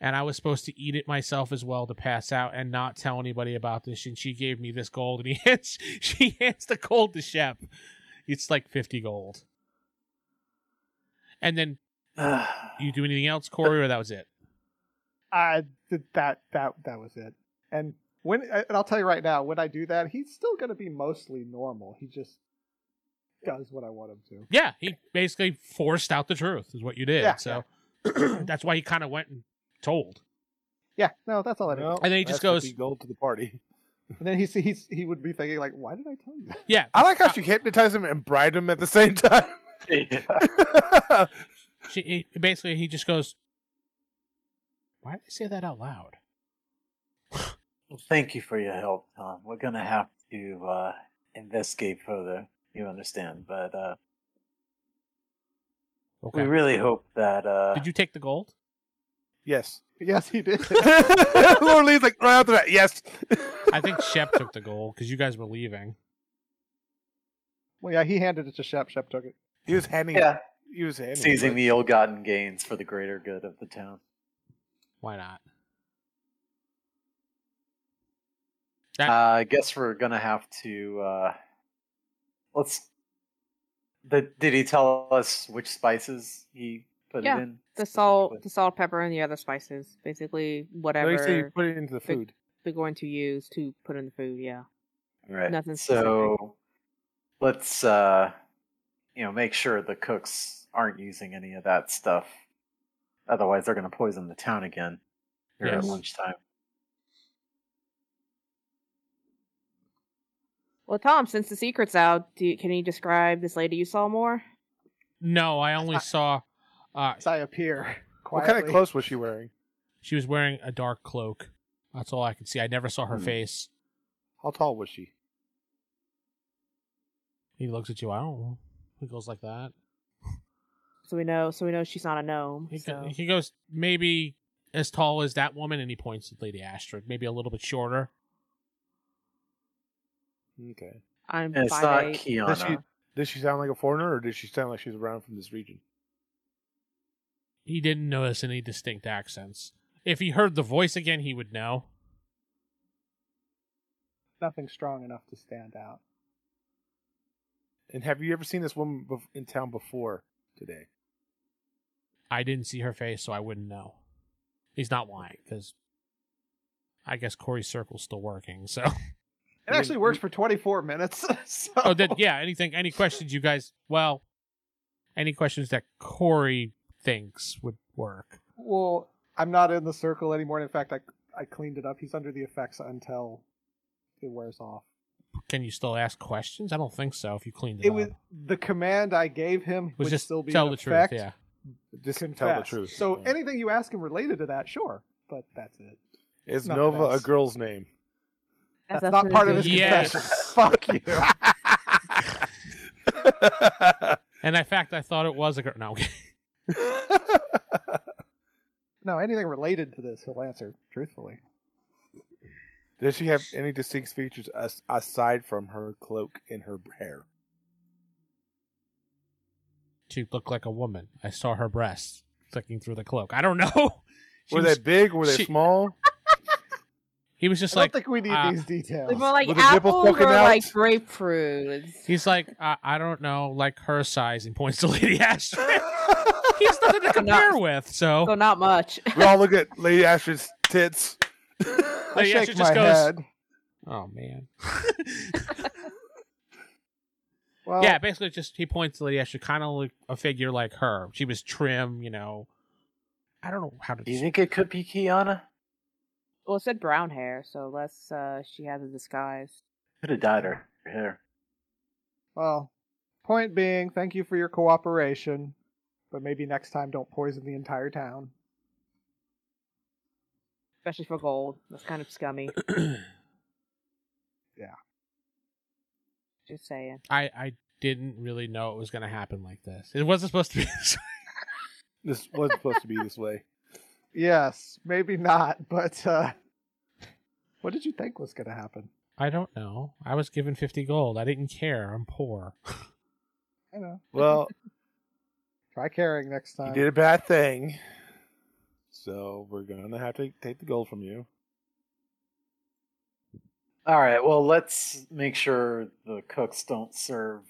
S3: And I was supposed to eat it myself as well to pass out and not tell anybody about this. And she gave me this gold, and he hands she hands the gold to Shep. It's like fifty gold. And then you do anything else, Corey, or that was it?
S2: I did that. That that was it. And when and I'll tell you right now, when I do that, he's still going to be mostly normal. He just does what I want him to.
S3: Yeah, he basically forced out the truth is what you did.
S2: Yeah.
S3: so that's why he kind of went and told.
S2: Yeah. No, that's all I did.
S3: And then he just goes-
S5: gold to the party.
S2: And then he's, he's he would be thinking like, why did I tell you? that?
S3: Yeah,
S6: I like how she hypnotized him and bribed him at the same time.
S3: she, he- basically he just goes, "Why did they say that out loud?"
S1: Well, thank you for your help, Tom. We're gonna have to uh, investigate further. You understand, but uh,
S3: Okay.
S1: we really hope that. Uh,
S3: Did you take the gold?
S6: yes.
S2: Yes, he did.
S6: Lord Lee's like right after that. Yes.
S3: I think Shep took the gold because you guys were leaving.
S2: well, yeah, he handed it to Shep. Shep took it.
S6: He was handing.
S1: yeah,
S6: He was handing.
S1: seizing
S6: it.
S1: the ill-gotten gains for the greater good of the town.
S3: Why not?
S1: Uh,
S3: That-
S1: I guess we're gonna have to. Uh, let's. The, did he tell us which spices he put
S4: Yeah,
S1: it in?
S4: The salt, the salt, pepper, and the other spices. Basically,
S6: No, he said he
S4: whatever
S6: put it into the
S4: Big-
S6: food.
S4: they're going to use to put in the food. Yeah.
S1: Right.
S4: Nothing
S1: so let's uh you know make sure the cooks aren't using any of that stuff. Otherwise they're gonna poison the town again here at
S3: Yes.
S1: lunchtime.
S4: Well, Tom, since the secret's out, do you, can you describe this lady you saw more?
S3: No, I only saw. Uh,
S2: As I appear
S6: What
S2: quietly.
S6: kind of clothes was she wearing?
S3: she was wearing a dark cloak. That's all I could see. I never saw her
S6: Hmm.
S3: face.
S6: How tall was she?
S3: He looks at you. I don't know. He goes like that.
S4: So we know, so we know she's not a gnome.
S3: He, go-
S4: So.
S3: he goes maybe as tall as that woman, and he points at Lady Astrid. Maybe a little bit shorter.
S6: Okay.
S4: I'm
S1: And it's
S4: five
S1: not
S4: eight.
S6: Does she,
S1: Kiana.
S6: does she sound like a foreigner, or does she sound like she's around from this region?
S3: He didn't notice any distinct accents. If he heard the voice again, he would know.
S2: Nothing strong enough to stand out.
S6: And have you ever seen this woman bef- in town before today?
S3: I didn't see her face, so I wouldn't know. He's not lying because I guess Corey's circle's still working. So,
S2: It actually works for 24 minutes. So.
S3: oh, then, yeah. Anything? Any questions you guys? Well, any questions that Corey thinks would work?
S2: Well, I'm not in the circle anymore. In fact, I I cleaned it up. He's under the effects until it wears off.
S3: Can you still ask questions? I don't think so. If you cleaned it,
S2: It
S3: up.
S2: was the command I gave him
S3: was
S2: would
S3: just
S2: still be
S3: tell
S2: in
S3: the
S2: effect,
S3: truth. Yeah.
S6: Just tell the
S2: confess.
S6: truth.
S2: So
S6: Yeah.
S2: anything you ask him related to that, sure. But that's it.
S6: is
S2: nothing
S6: Nova
S2: else.
S6: a girl's name?
S4: That's
S2: That's not
S4: absolutely
S2: part of his
S4: good.
S3: Yes.
S2: confession. Fuck you.
S3: And in fact, I thought it was a girl. No,
S2: No, anything related to this, he'll answer truthfully.
S6: Does she have any distinct features as- aside from her cloak and her hair?
S3: she looked like a woman. I saw her breasts clicking through the cloak. I don't know. She
S6: were
S3: was-
S6: they big? Were they
S3: she-
S6: small?
S3: he was just
S2: I don't
S3: like
S2: think we need
S3: uh,
S2: these
S4: Like
S2: details.
S4: more like
S6: With the nipples
S4: apples
S6: poking
S4: or
S6: out?
S4: like grapefruits.
S3: he's like I, I don't know, like her size, and points to Lady Astrid. he has nothing to compare with.
S4: So
S3: So
S4: not much.
S6: we all look at Lady Astrid's tits.
S2: I
S3: Lady
S2: shake
S3: Astrid
S2: my
S3: just goes,
S2: head.
S3: "Oh man."
S2: Well,
S3: yeah, basically, just he points to Lady Astrid, kind of like a figure like her. She was trim, you know. I don't know how to.
S1: Do you think it could be Kiana?
S4: Well, it said brown hair, so unless uh, she has a disguise.
S1: Could have died her. Here.
S2: Well, point being, thank you for your cooperation, but maybe next time don't poison the entire town.
S4: especially for gold. That's kind of scummy.
S2: Yeah.
S4: Just saying.
S3: I I didn't really know it was going to happen like this. It wasn't supposed to be. this way.
S6: This wasn't supposed to be this way.
S2: Yes, maybe not, but uh what did you think was going to happen?
S3: I don't know. I was given fifty gold. I didn't care. I'm poor.
S2: I know.
S6: Well,
S2: Try caring next time.
S6: you did a bad thing, so we're gonna have to take the gold from you.
S1: All right. Well, let's make sure the cooks don't serve.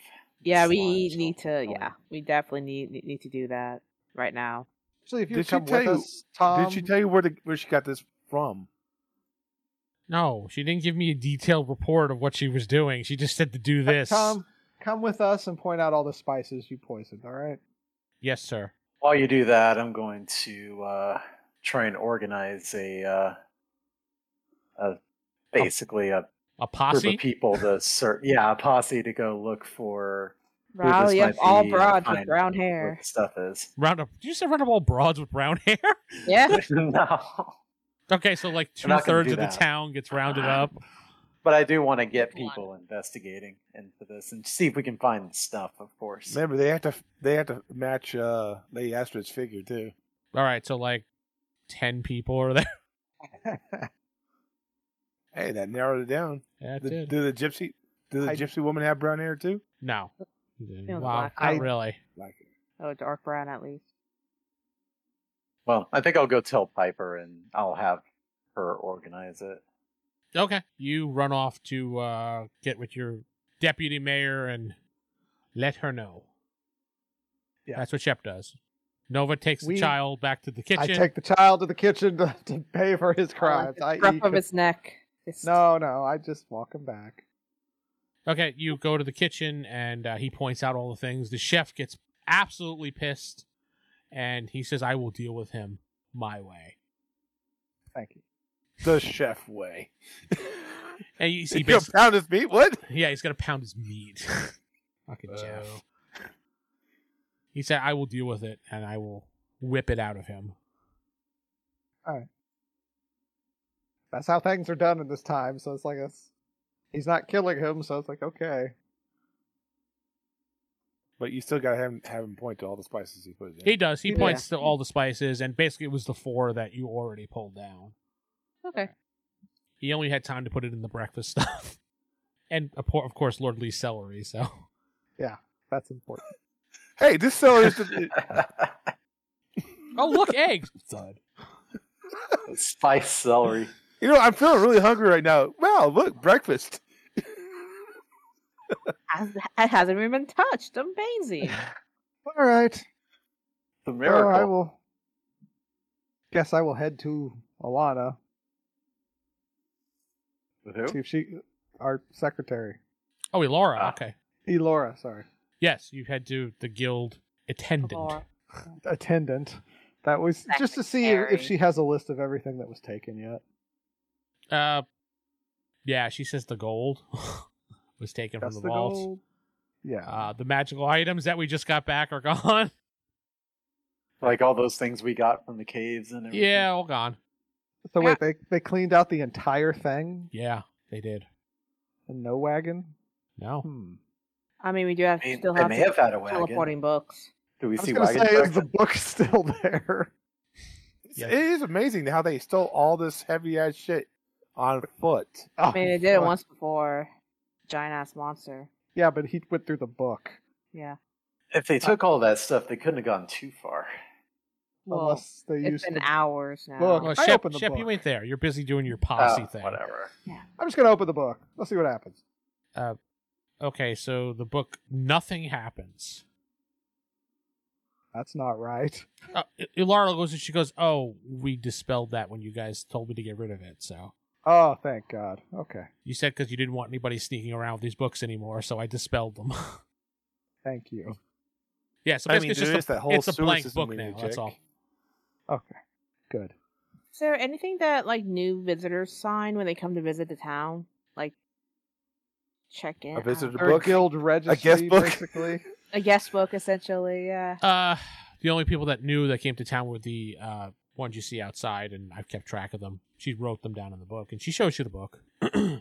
S4: Yeah, we
S1: Slimes
S4: need to.
S1: going
S4: Yeah,
S1: on.
S4: we definitely need need- need to do that right now.
S2: Actually, if you
S6: Did she
S2: come
S6: tell
S2: with
S6: you-
S2: us, Tom,
S6: Did she tell you where the, where she got this from?
S3: No, she didn't give me a detailed report of what she was doing. She just said to do this.
S2: Tom, come with us and point out all the spices you poisoned. All right.
S3: Yes, sir.
S1: While you do that, I'm going to uh, try and organize a, uh, a basically a
S3: A
S1: group
S3: posse.
S1: of people to serve. Yeah, a posse to go look for who this
S4: Riley,
S1: might
S4: all
S1: be uh, and
S4: broads with
S1: find
S4: brown
S1: out
S4: hair.
S1: What the stuff is.
S3: Round up. Did you say round up all broads with brown hair?
S4: Yeah,
S1: no.
S3: Okay, so like two
S1: We're not gonna
S3: thirds
S1: do
S3: of the
S1: that.
S3: town gets rounded up.
S1: But I do want to get
S4: Pick one.
S1: people investigating into this and see if we can find the stuff, of course.
S6: Remember, they have to they have to match uh, Lady Astrid's figure too.
S3: All right, so like ten people are there.
S6: Hey, that narrowed it down.
S3: Yeah, it
S6: The-
S3: did.
S6: do the gypsy? Do the
S2: I-
S6: gypsy woman have brown hair too?
S3: No.
S4: It
S3: Wow,
S4: was
S3: not
S4: black.
S2: I-
S3: really.
S6: Like
S4: oh, dark brown at least.
S1: Well, I think I'll go tell Piper and I'll have her organize it.
S3: Okay, you run off to uh, get with your deputy mayor and let her know.
S2: Yeah.
S3: that's what Shep does. Nova takes
S2: We-
S3: the child back to the kitchen.
S2: I take the child to the kitchen to, to pay for his crimes. I
S4: Scruff
S2: eat
S4: of
S2: him.
S4: his neck. Just-
S2: No, no, I just walk him back.
S3: Okay, you go to the kitchen and uh, he points out all the things. The chef gets absolutely pissed and he says, I will deal with him my way.
S2: Thank you.
S6: the chef way.
S3: And you see,
S6: He you
S3: basi-
S6: pound his meat. What?
S3: yeah, he's going to pound his meat. Fucking Jeff. He said, I will deal with it and I will whip it out of him.
S2: That's how things are done in this time. So it's like it's, he's not killing him. So it's like okay,
S6: But you still gotta have him, have him point to all the spices he put in.
S3: He does. He
S2: Yeah.
S3: points to all the spices and basically it was the four that you already pulled down.
S4: Okay.
S3: He only had time to put it in the breakfast stuff. And of por- of course, Lord Lee's celery, so.
S2: that's important.
S6: hey, this seller is. The,
S3: Oh, look, eggs!
S1: Spice celery.
S6: you know, I'm feeling really hungry right now. Wow, look, breakfast.
S4: Has, it hasn't even been touched. Amazing.
S2: All right,
S1: The
S2: so I
S1: miracle.
S2: will. Guess I will head to Alana see
S1: Who?
S2: if she, our secretary,
S3: Oh, Elora,
S1: Ah.
S3: okay.
S2: Elora, sorry,
S3: Yes, you had to the guild attendant.
S4: Or-
S2: attendant. That was just to see if, if
S4: Secretary.
S2: she has a list of everything that was taken yet.
S3: Uh, yeah, she says the gold was taken
S2: That's
S3: from
S2: the
S3: the, vault.
S2: goal. Yeah.
S3: Uh, the magical items that we just got back are gone.
S1: Like all those things we got from the caves and everything.
S3: yeah, all gone.
S2: so wait, they they cleaned out the entire thing
S3: Yeah, they did.
S2: and no wagon.
S3: No,
S2: Hmm.
S4: I mean, we do have
S1: I mean,
S4: still
S1: they
S4: have,
S1: may
S4: to-
S1: have had a wagon.
S4: teleporting books.
S1: Do we
S2: I was
S1: see
S2: gonna
S1: wagons?
S2: say, is
S1: back
S2: the book still there?
S6: It's-
S3: Yeah.
S6: It is amazing how they stole all this heavy ass shit on foot.
S2: Oh,
S4: I mean, they did it
S2: fuck.
S4: once before. Giant ass monster.
S2: Yeah, but he went through the book.
S4: Yeah.
S1: then? If they took all that stuff, they couldn't have gone too far.
S4: Well,
S2: unless they
S4: it's
S2: used.
S4: been
S2: The...
S4: hours now.
S2: Look.
S3: Oh, well,
S2: I
S3: Shep,
S2: opened the
S3: Shep you
S2: book.
S3: ain't there. You're busy doing your posse
S1: Oh,
S3: thing.
S1: Whatever.
S2: I'm just gonna open the book. Let's see what happens.
S3: Uh, okay, so the book, nothing happens.
S2: That's not right.
S3: Uh, Ilara goes and she goes, "Oh, we dispelled that when you guys told me to get rid of it." So
S2: Oh, thank God. Okay,
S3: you said because you didn't want anybody sneaking around with these books anymore, so I dispelled them.
S2: thank you.
S3: Yeah, so
S6: I
S3: basically
S6: mean,
S3: it's
S6: dude,
S3: just
S6: it's
S3: a,
S6: that whole
S3: it's a
S6: sewer
S3: blank
S6: system
S3: book
S6: we
S3: now.
S6: need to
S3: That's
S6: check.
S3: all.
S2: Okay, good.
S4: Is there anything that like new visitors sign when they come to visit the town? Like check in.
S6: I visited
S4: uh,
S6: a
S2: Or
S6: book.
S2: guild registry,
S6: book.
S2: basically.
S4: a guest book, essentially. Yeah.
S3: Uh, the only people that knew that came to town were the uh, ones you see outside, and I've kept track of them. She wrote them down in the book, and she shows you the book.
S4: Okay.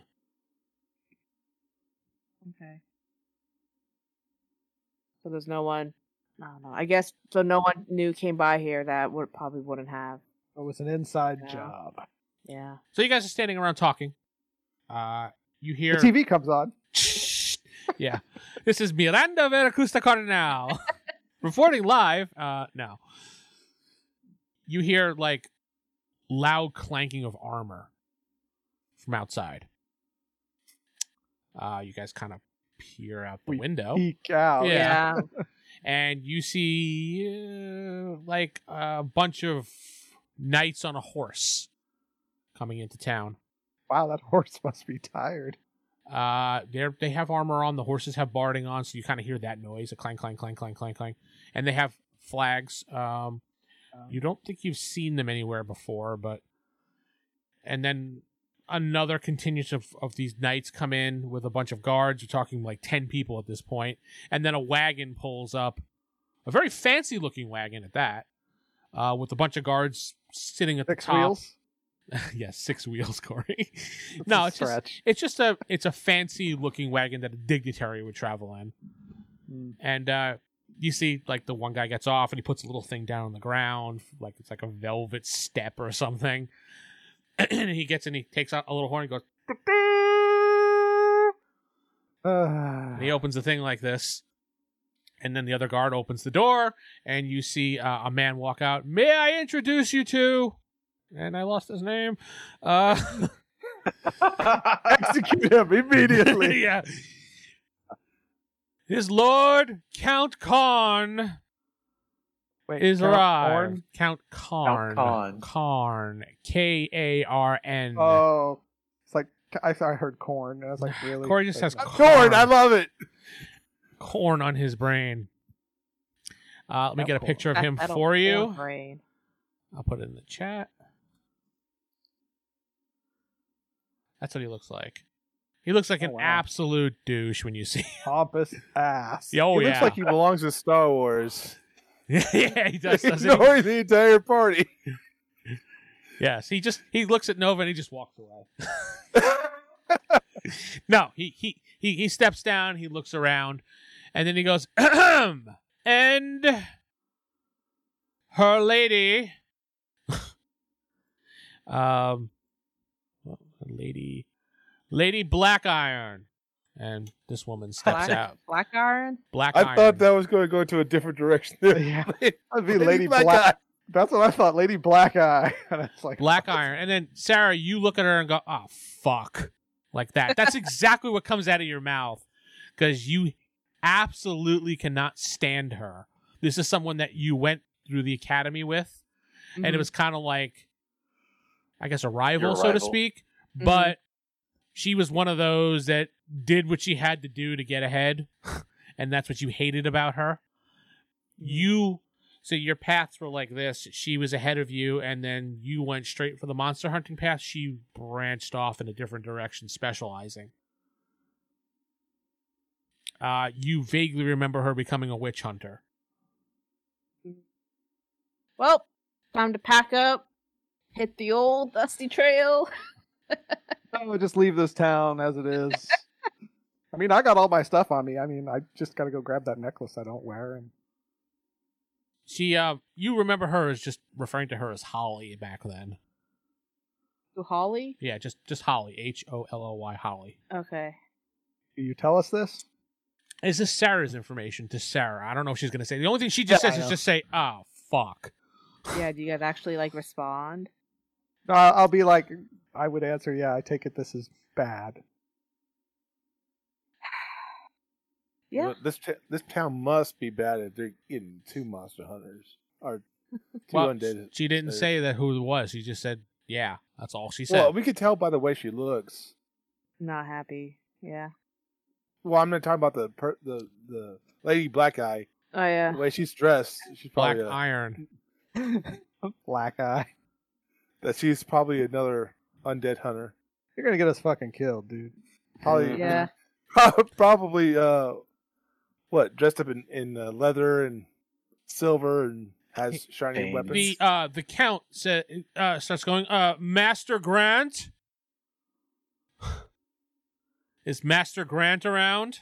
S4: So there's no one. I don't know. I guess so. No one new came by here that would probably wouldn't have.
S2: It was an inside
S4: Yeah.
S2: job.
S4: Yeah.
S3: So you guys are standing around talking. Uh, you hear.
S2: The TV comes on.
S3: yeah. This is Miranda Veracruz de Cardinal. Reporting live. Uh, no. You hear like loud clanking of armor from outside. Uh, you guys kind of peer out the
S2: We
S3: window
S2: Peek out.
S3: Yeah.
S4: Yeah.
S3: and you see uh, like a bunch of knights on a horse coming into town.
S2: Wow, that horse must be tired.
S3: Uh, they they have armor on. The horses have barding on, so you kind of hear that noise—a clang, clang, clang, clang, clang, clang. And they have flags. Um, you don't think you've seen them anywhere before, but and then another contingent of, of these knights come in with a bunch of guards. You're talking like ten people at this point, and then a wagon pulls up, a very fancy looking wagon at that, uh, with a bunch of guards sitting at
S2: Six
S3: the top.
S2: wheels.
S3: yes, six wheels, Corey.
S2: That's
S3: no,
S2: a
S3: it's just
S2: stretch.
S3: it's just a it's a fancy looking wagon that a dignitary would travel in
S2: Mm.
S3: and uh you see like the one guy gets off and he puts a little thing down on the ground like it's like a velvet step or something and he gets and he takes out a little horn and goes
S2: Ah.
S3: and he opens the thing like this and then the other guard opens the door and you see uh, a man walk out may i introduce you to and i lost his name uh
S2: Execute him immediately.
S3: yeah his lord count Karn.
S2: Wait,
S3: is
S2: Count
S3: arrived.
S2: Orn?
S3: Count Karn.
S1: Karn.
S3: Karn. K A R N.
S2: Oh, it's like I thought I heard corn. And I was like, really?
S3: Corey just
S2: Like,
S3: has
S2: no.
S3: corn.
S6: I love it.
S3: Corn on his brain. Uh, let me
S2: That
S3: get a
S2: corn.
S3: picture of
S4: That-
S3: him
S4: that'll
S3: for you.
S4: brain.
S3: I'll put it in the chat. That's what he looks like. He looks like
S2: Oh,
S3: an
S2: wow.
S3: absolute douche when you see.
S2: pompous ass.
S3: Oh
S6: he
S3: yeah,
S6: looks like he belongs with Star Wars.
S3: yeah, he does. doesn't he?
S6: Ignoring the entire party.
S3: Yes, he just he looks at Nova and he just walks away. no, he, he he he steps down, he looks around, and then he goes, "Ahem, and her lady, um, what- lady, Lady Black Iron, and this woman steps
S4: Black,
S3: out.
S4: black iron.
S3: Black
S6: I
S3: Iron.
S6: thought that was going to go to a different direction. there.
S2: Yeah, that'd be
S6: Lady
S2: Lady
S6: Black
S2: Black. That's what I thought, Lady Black Eye. and it's like
S3: Black Iron. And then Sarah, you look at her and go, "Oh fuck," like that. That's exactly what comes out of your mouth because you absolutely cannot stand her. This is someone that you went through the academy with, and it
S4: Mhm.
S3: was kind of like, I guess, a rival,
S1: Your
S3: so to
S1: rival.
S3: speak.
S4: Mhm.
S3: But she was one of those that did what she had to do to get ahead, and that's what you hated about her. You so your paths were like this. She was ahead of you, and then you went straight for the monster hunting path. She branched off in a different direction, specializing. Uh, you vaguely remember her becoming a witch hunter.
S4: Mm-hmm. well, time to pack up. Hit the old dusty trail.
S2: no, just leave this town as it is. I mean, I got all my stuff on me. I mean, I just got to go grab that necklace I don't wear. And
S3: She, uh, you remember her as just referring to her as Holly back then.
S4: To Holly.
S3: Yeah, just just Holly, H O L O Y, Holly.
S4: Okay.
S2: do you tell us this?
S3: Is this Sarah's information to Sarah? I don't know if she's gonna say. The only thing she just
S2: Yeah,
S3: says
S2: I
S3: is
S2: know.
S3: just say, "Oh fuck."
S4: Yeah. Do you guys actually like respond?
S2: No, I- I'll be like, I would answer, yeah. I take it this is bad.
S4: Yeah.
S6: This t- this town must be bad if they're getting two monster hunters or two
S3: Well,
S6: undead.
S3: she didn't
S6: hunters.
S3: say that who it was. She just said, "Yeah." That's all she said.
S6: Well, we could tell by the way she looks.
S4: Not happy. Yeah.
S6: Well, I'm not talking about the per- the the lady black eye.
S4: Oh yeah.
S6: The way she's dressed, she's
S3: Black
S6: probably uh, a-
S3: Iron.
S2: Black Eye,
S6: that she's probably another undead hunter. Oh,
S2: you're gonna get us fucking killed, dude.
S6: Probably
S4: Yeah.
S6: Probably, uh, what dressed up in in uh, leather and silver and has shiny
S1: Hey.
S6: weapons.
S3: The uh the count sa- uh, starts going, uh, Master Grant. Is Master Grant around?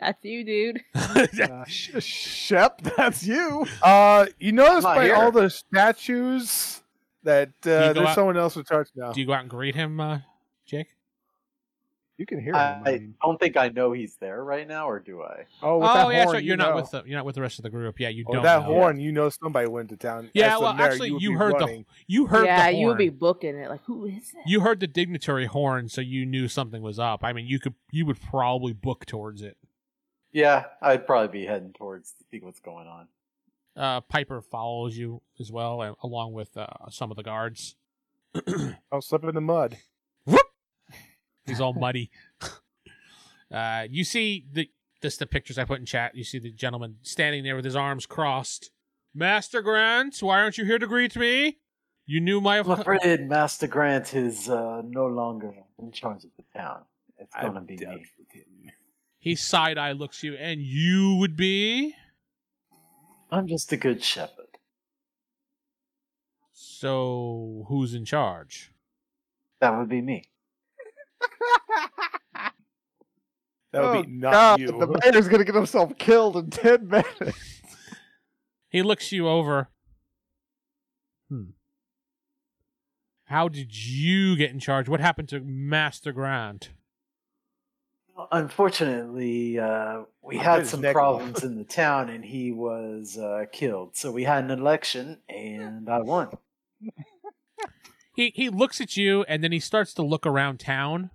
S4: That's you, dude.
S2: Uh, Sh- Shep, that's you.
S6: Uh, you notice
S1: Not
S6: by
S1: here.
S6: all the statues that
S3: go
S6: uh, there's
S3: out-
S6: someone else in charge now.
S3: Do you go out and greet him, uh, Jake?
S2: You can hear him.
S1: I,
S2: I
S1: I
S2: mean.
S1: don't think I know he's there right now, or do I?
S2: Oh, with
S3: oh
S2: that
S3: yeah,
S2: horn,
S3: right.
S2: you
S3: You're not
S2: know.
S3: with the you're not with the rest of the group. Yeah, you
S6: Or
S3: don't.
S6: Oh, that
S3: know.
S6: horn, you know somebody went to town.
S3: Yeah,
S6: As the
S3: well,
S6: mayor,
S3: actually,
S6: would
S3: you
S6: be
S3: heard the-
S6: running.
S3: You heard
S4: yeah,
S3: the horn.
S4: you'll be booking it. Like, who is that?
S3: you heard the dignitary horn, so you knew something was up. I mean, you could you would probably book towards it.
S1: Yeah, I'd probably be heading towards to see what's going on.
S3: Uh, Piper follows you as well, and, along with uh, some of the guards.
S6: I'll Oh, slip in the mud.
S3: He's all muddy. uh, you see the this the pictures I put in chat. You see the gentleman standing there with his arms crossed. Master Grant, why aren't you here to greet me? You knew my
S1: I'm afraid Master Grant is uh, no longer in charge of the town. It's
S6: I
S1: gonna be me.
S3: He side eye looks you, and you would be.
S1: I'm just a good shepherd.
S3: So who's in charge?
S1: That would be me.
S6: That would
S2: Oh,
S6: be not
S2: God,
S6: you.
S2: The mayor's gonna get himself killed in ten minutes.
S3: He looks you over. Hmm. How did you get in charge? What happened to Master Grant?
S1: Unfortunately, uh, we
S6: I bit
S1: had
S6: his
S1: some
S6: neck off.
S1: problems in the town, and he was uh, killed. So we had an election, and I won.
S3: He he looks at you and then he starts to look around town.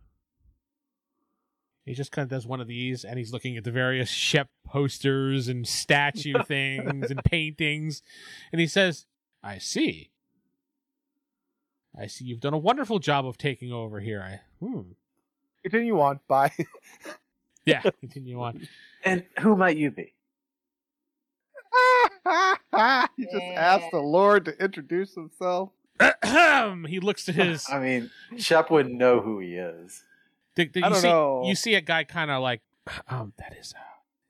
S3: He just kind of does one of these and he's looking at the various Shep posters and statue things and paintings. And he says, I see. I see you've done a wonderful job of taking over here. I hmm.
S6: Continue on. Bye.
S3: Yeah, continue on.
S1: And who might you be?
S2: he just asked the Lord to introduce himself.
S3: he looks to his
S1: I mean, Shep wouldn't know who he is.
S3: The, the,
S2: I
S3: you
S2: don't
S3: see,
S2: know.
S3: You see a guy kind of like, um, that is, uh,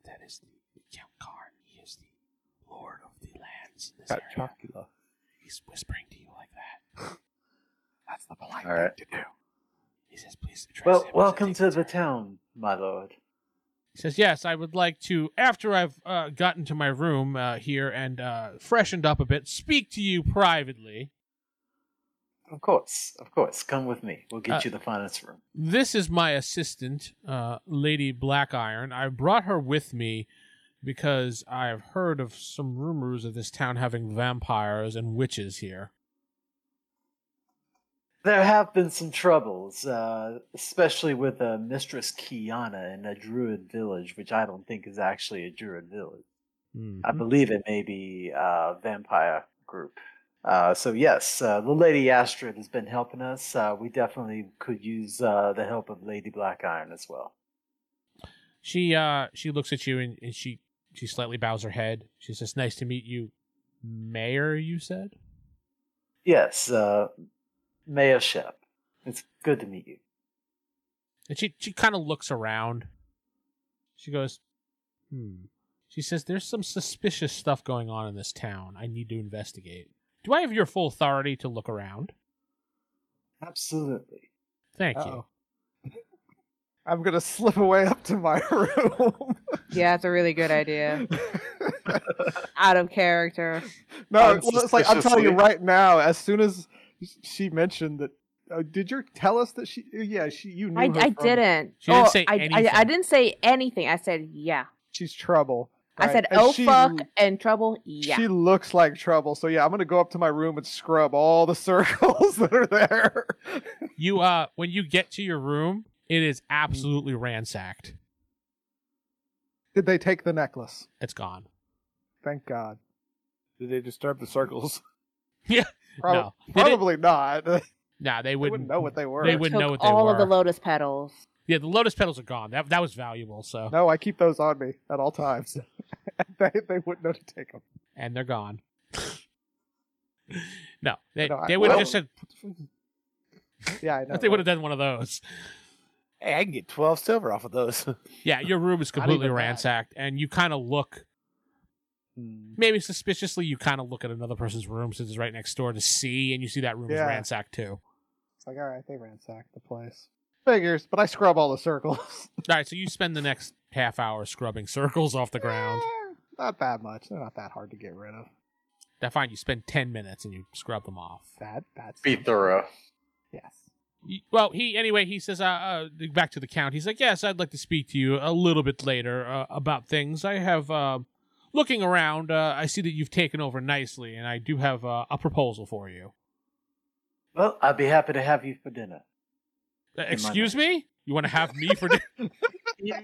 S3: that is the Count Karn. He is the lord of the lands in this area. He's whispering to you like that. That's the polite
S1: All right.
S3: thing to do. He says, please address
S1: Well,
S3: him as a
S1: welcome to the
S3: dignitary."
S1: town, my lord.
S3: He says, yes, I would like to, after I've uh, gotten to my room uh, here and uh, freshened up a bit, speak to you privately.
S1: Of course, of course. Come with me. We'll get
S3: Uh,
S1: you the finest room.
S3: this is my assistant, uh, Lady Blackiron. I brought her with me because I've heard of some rumors of this town having vampires and witches here.
S1: There have been some troubles, uh, especially with uh, Mistress Kiana in a druid village, which I don't think is actually a druid village. I believe it may be a vampire group. Uh, so, yes, uh, the Lady Astrid has been helping us. Uh, we definitely could use uh, the help of Lady Blackiron as well.
S3: She uh, she looks at you and, and she she slightly bows her head. She says, "Nice to meet you, Mayor." You said.
S1: Yes, uh, Mayor Shep, it's good to meet you.
S3: And she, she kind of looks around. She goes, hmm. She says, There's some suspicious stuff going on in this town. I need to investigate. Do I have your full authority to look around?
S1: Absolutely.
S3: Thank you.
S2: Uh-oh. I'm gonna slip away up to my room.
S4: Yeah, that's a really good idea. Out of character.
S2: no, well, it's like I'm telling you
S1: Unsuspiciously.
S2: right now. As soon as she mentioned that, oh, did you tell us that she? uh, Yeah, she. You knew.
S4: I,
S2: her
S4: I
S2: from-
S4: didn't.
S3: She didn't
S4: Oh,
S3: say
S4: I,
S3: anything.
S4: I, I didn't say anything. I said yeah.
S2: She's trouble.
S4: I
S2: right?
S4: said
S2: And
S4: oh
S2: she-
S4: fuck and trouble. Yeah.
S2: She looks like trouble. So yeah, I'm gonna go up to my room and scrub all the circles that are there.
S3: You uh when you get to your room, it is absolutely ransacked.
S2: Did they take the necklace?
S3: It's gone.
S2: Thank God.
S6: Did they disturb the circles?
S2: Prob-
S3: No. They didn't-
S2: Probably not. They
S3: Nah, they wouldn't,
S2: wouldn't know what they were.
S3: They wouldn't know what
S4: Took
S3: they
S4: all
S3: were.
S4: of the lotus petals.
S3: yeah, the lotus petals are gone. That that was valuable, so
S2: No, I keep those on me at all times. they, they wouldn't know to take them.
S3: and they're gone. no. They
S2: No, I-
S3: they would have
S2: well-
S3: just said
S2: Yeah, I know.
S3: they would have
S2: right?
S3: done one of those.
S6: Hey, I can get twelve silver off of those.
S3: Yeah, your room is
S1: Not
S3: completely
S1: even that.
S3: ransacked, and you kind of look
S1: Hmm.
S3: maybe suspiciously. You kind of look at another person's room since it's right next door to see, and you see that room
S2: Yeah.
S3: is ransacked too.
S2: It's like, all right, they ransacked the place. Figures, but I scrub all the circles.
S3: All right, so you spend the next half hour scrubbing circles off the ground.
S2: Eh, not that much. They're not that hard to get rid of.
S3: I find you spend ten minutes and you scrub them off.
S2: That that's
S1: Be thorough.
S2: yes.
S3: Y- Well, he anyway. He says, uh, uh, back to the count. He's like, yes, I'd like to speak to you a little bit later uh, about things. I have uh, looking around. Uh, I see that you've taken over nicely, and I do have uh, a proposal for you.
S1: Well, I'd be happy to have you for dinner.
S3: Uh,
S1: In my
S3: excuse me. You want to have me for dinner?
S1: You,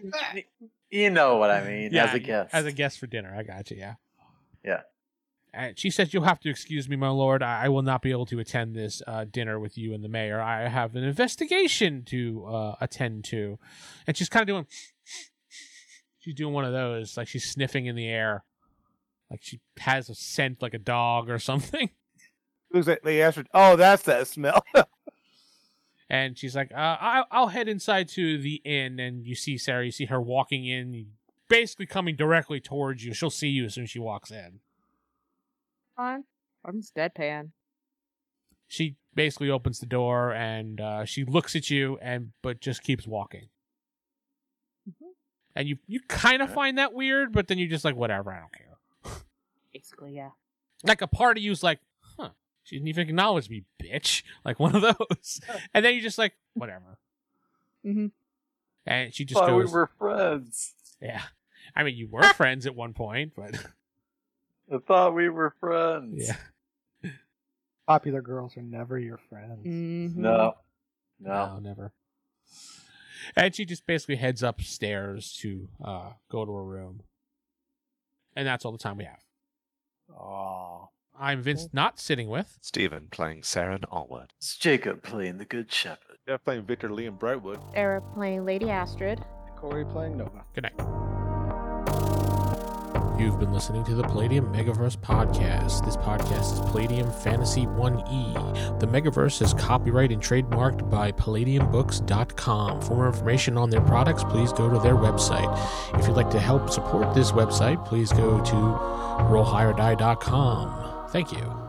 S1: you know what I mean. as a guest.
S3: As a guest for dinner. I got you. Yeah.
S1: Yeah.
S3: And she says, "You'll have to excuse me, my lord. I, I will not be able to attend this uh, dinner with you and the mayor. I have an investigation to uh, attend to." And she's kind of doing, she's doing one of those, like she's sniffing in the air, like she has a scent like a dog or something.
S6: Looks like they answered. Oh, that's that smell.
S3: And she's like, uh, I- "I'll head inside to the inn." And you see Sarah. You see her walking in, basically coming directly towards you. She'll see you as soon as she walks in.
S4: On. It's deadpan.
S3: she basically opens the door and uh, she looks at you and but just keeps walking
S1: Mm-hmm.
S3: and you you kind of find that weird but then you're just like whatever i don't care
S4: Basically, yeah.
S3: like a part of you's like huh she didn't even acknowledge me bitch like one of those and then you're just like whatever
S4: Mm-hmm.
S3: and she just
S1: Why we
S3: goes
S1: were friends.
S3: yeah i mean you were friends at one point but
S1: I thought we were friends.
S3: yeah
S2: Popular girls are never your friends.
S4: Mm-hmm.
S1: No. No.
S3: No, never. And she just basically heads upstairs to uh, go to her room. And that's all the time we have.
S1: Oh.
S3: I'm Vince, not sitting with.
S7: Stephen playing Saren Allward.
S1: It's Jacob playing the Good Shepherd.
S5: Jeff playing Victor Lee and Brightwood.
S4: Era playing Lady Astrid.
S2: Corey playing Nova.
S3: Good night. You've been listening to the Palladium Megaverse podcast. This podcast is Palladium Fantasy 1E. The Megaverse is copyright and trademarked by PalladiumBooks.com. For more information on their products, please go to their website. If you'd like to help support this website, please go to RollHigherDie.com. Thank you.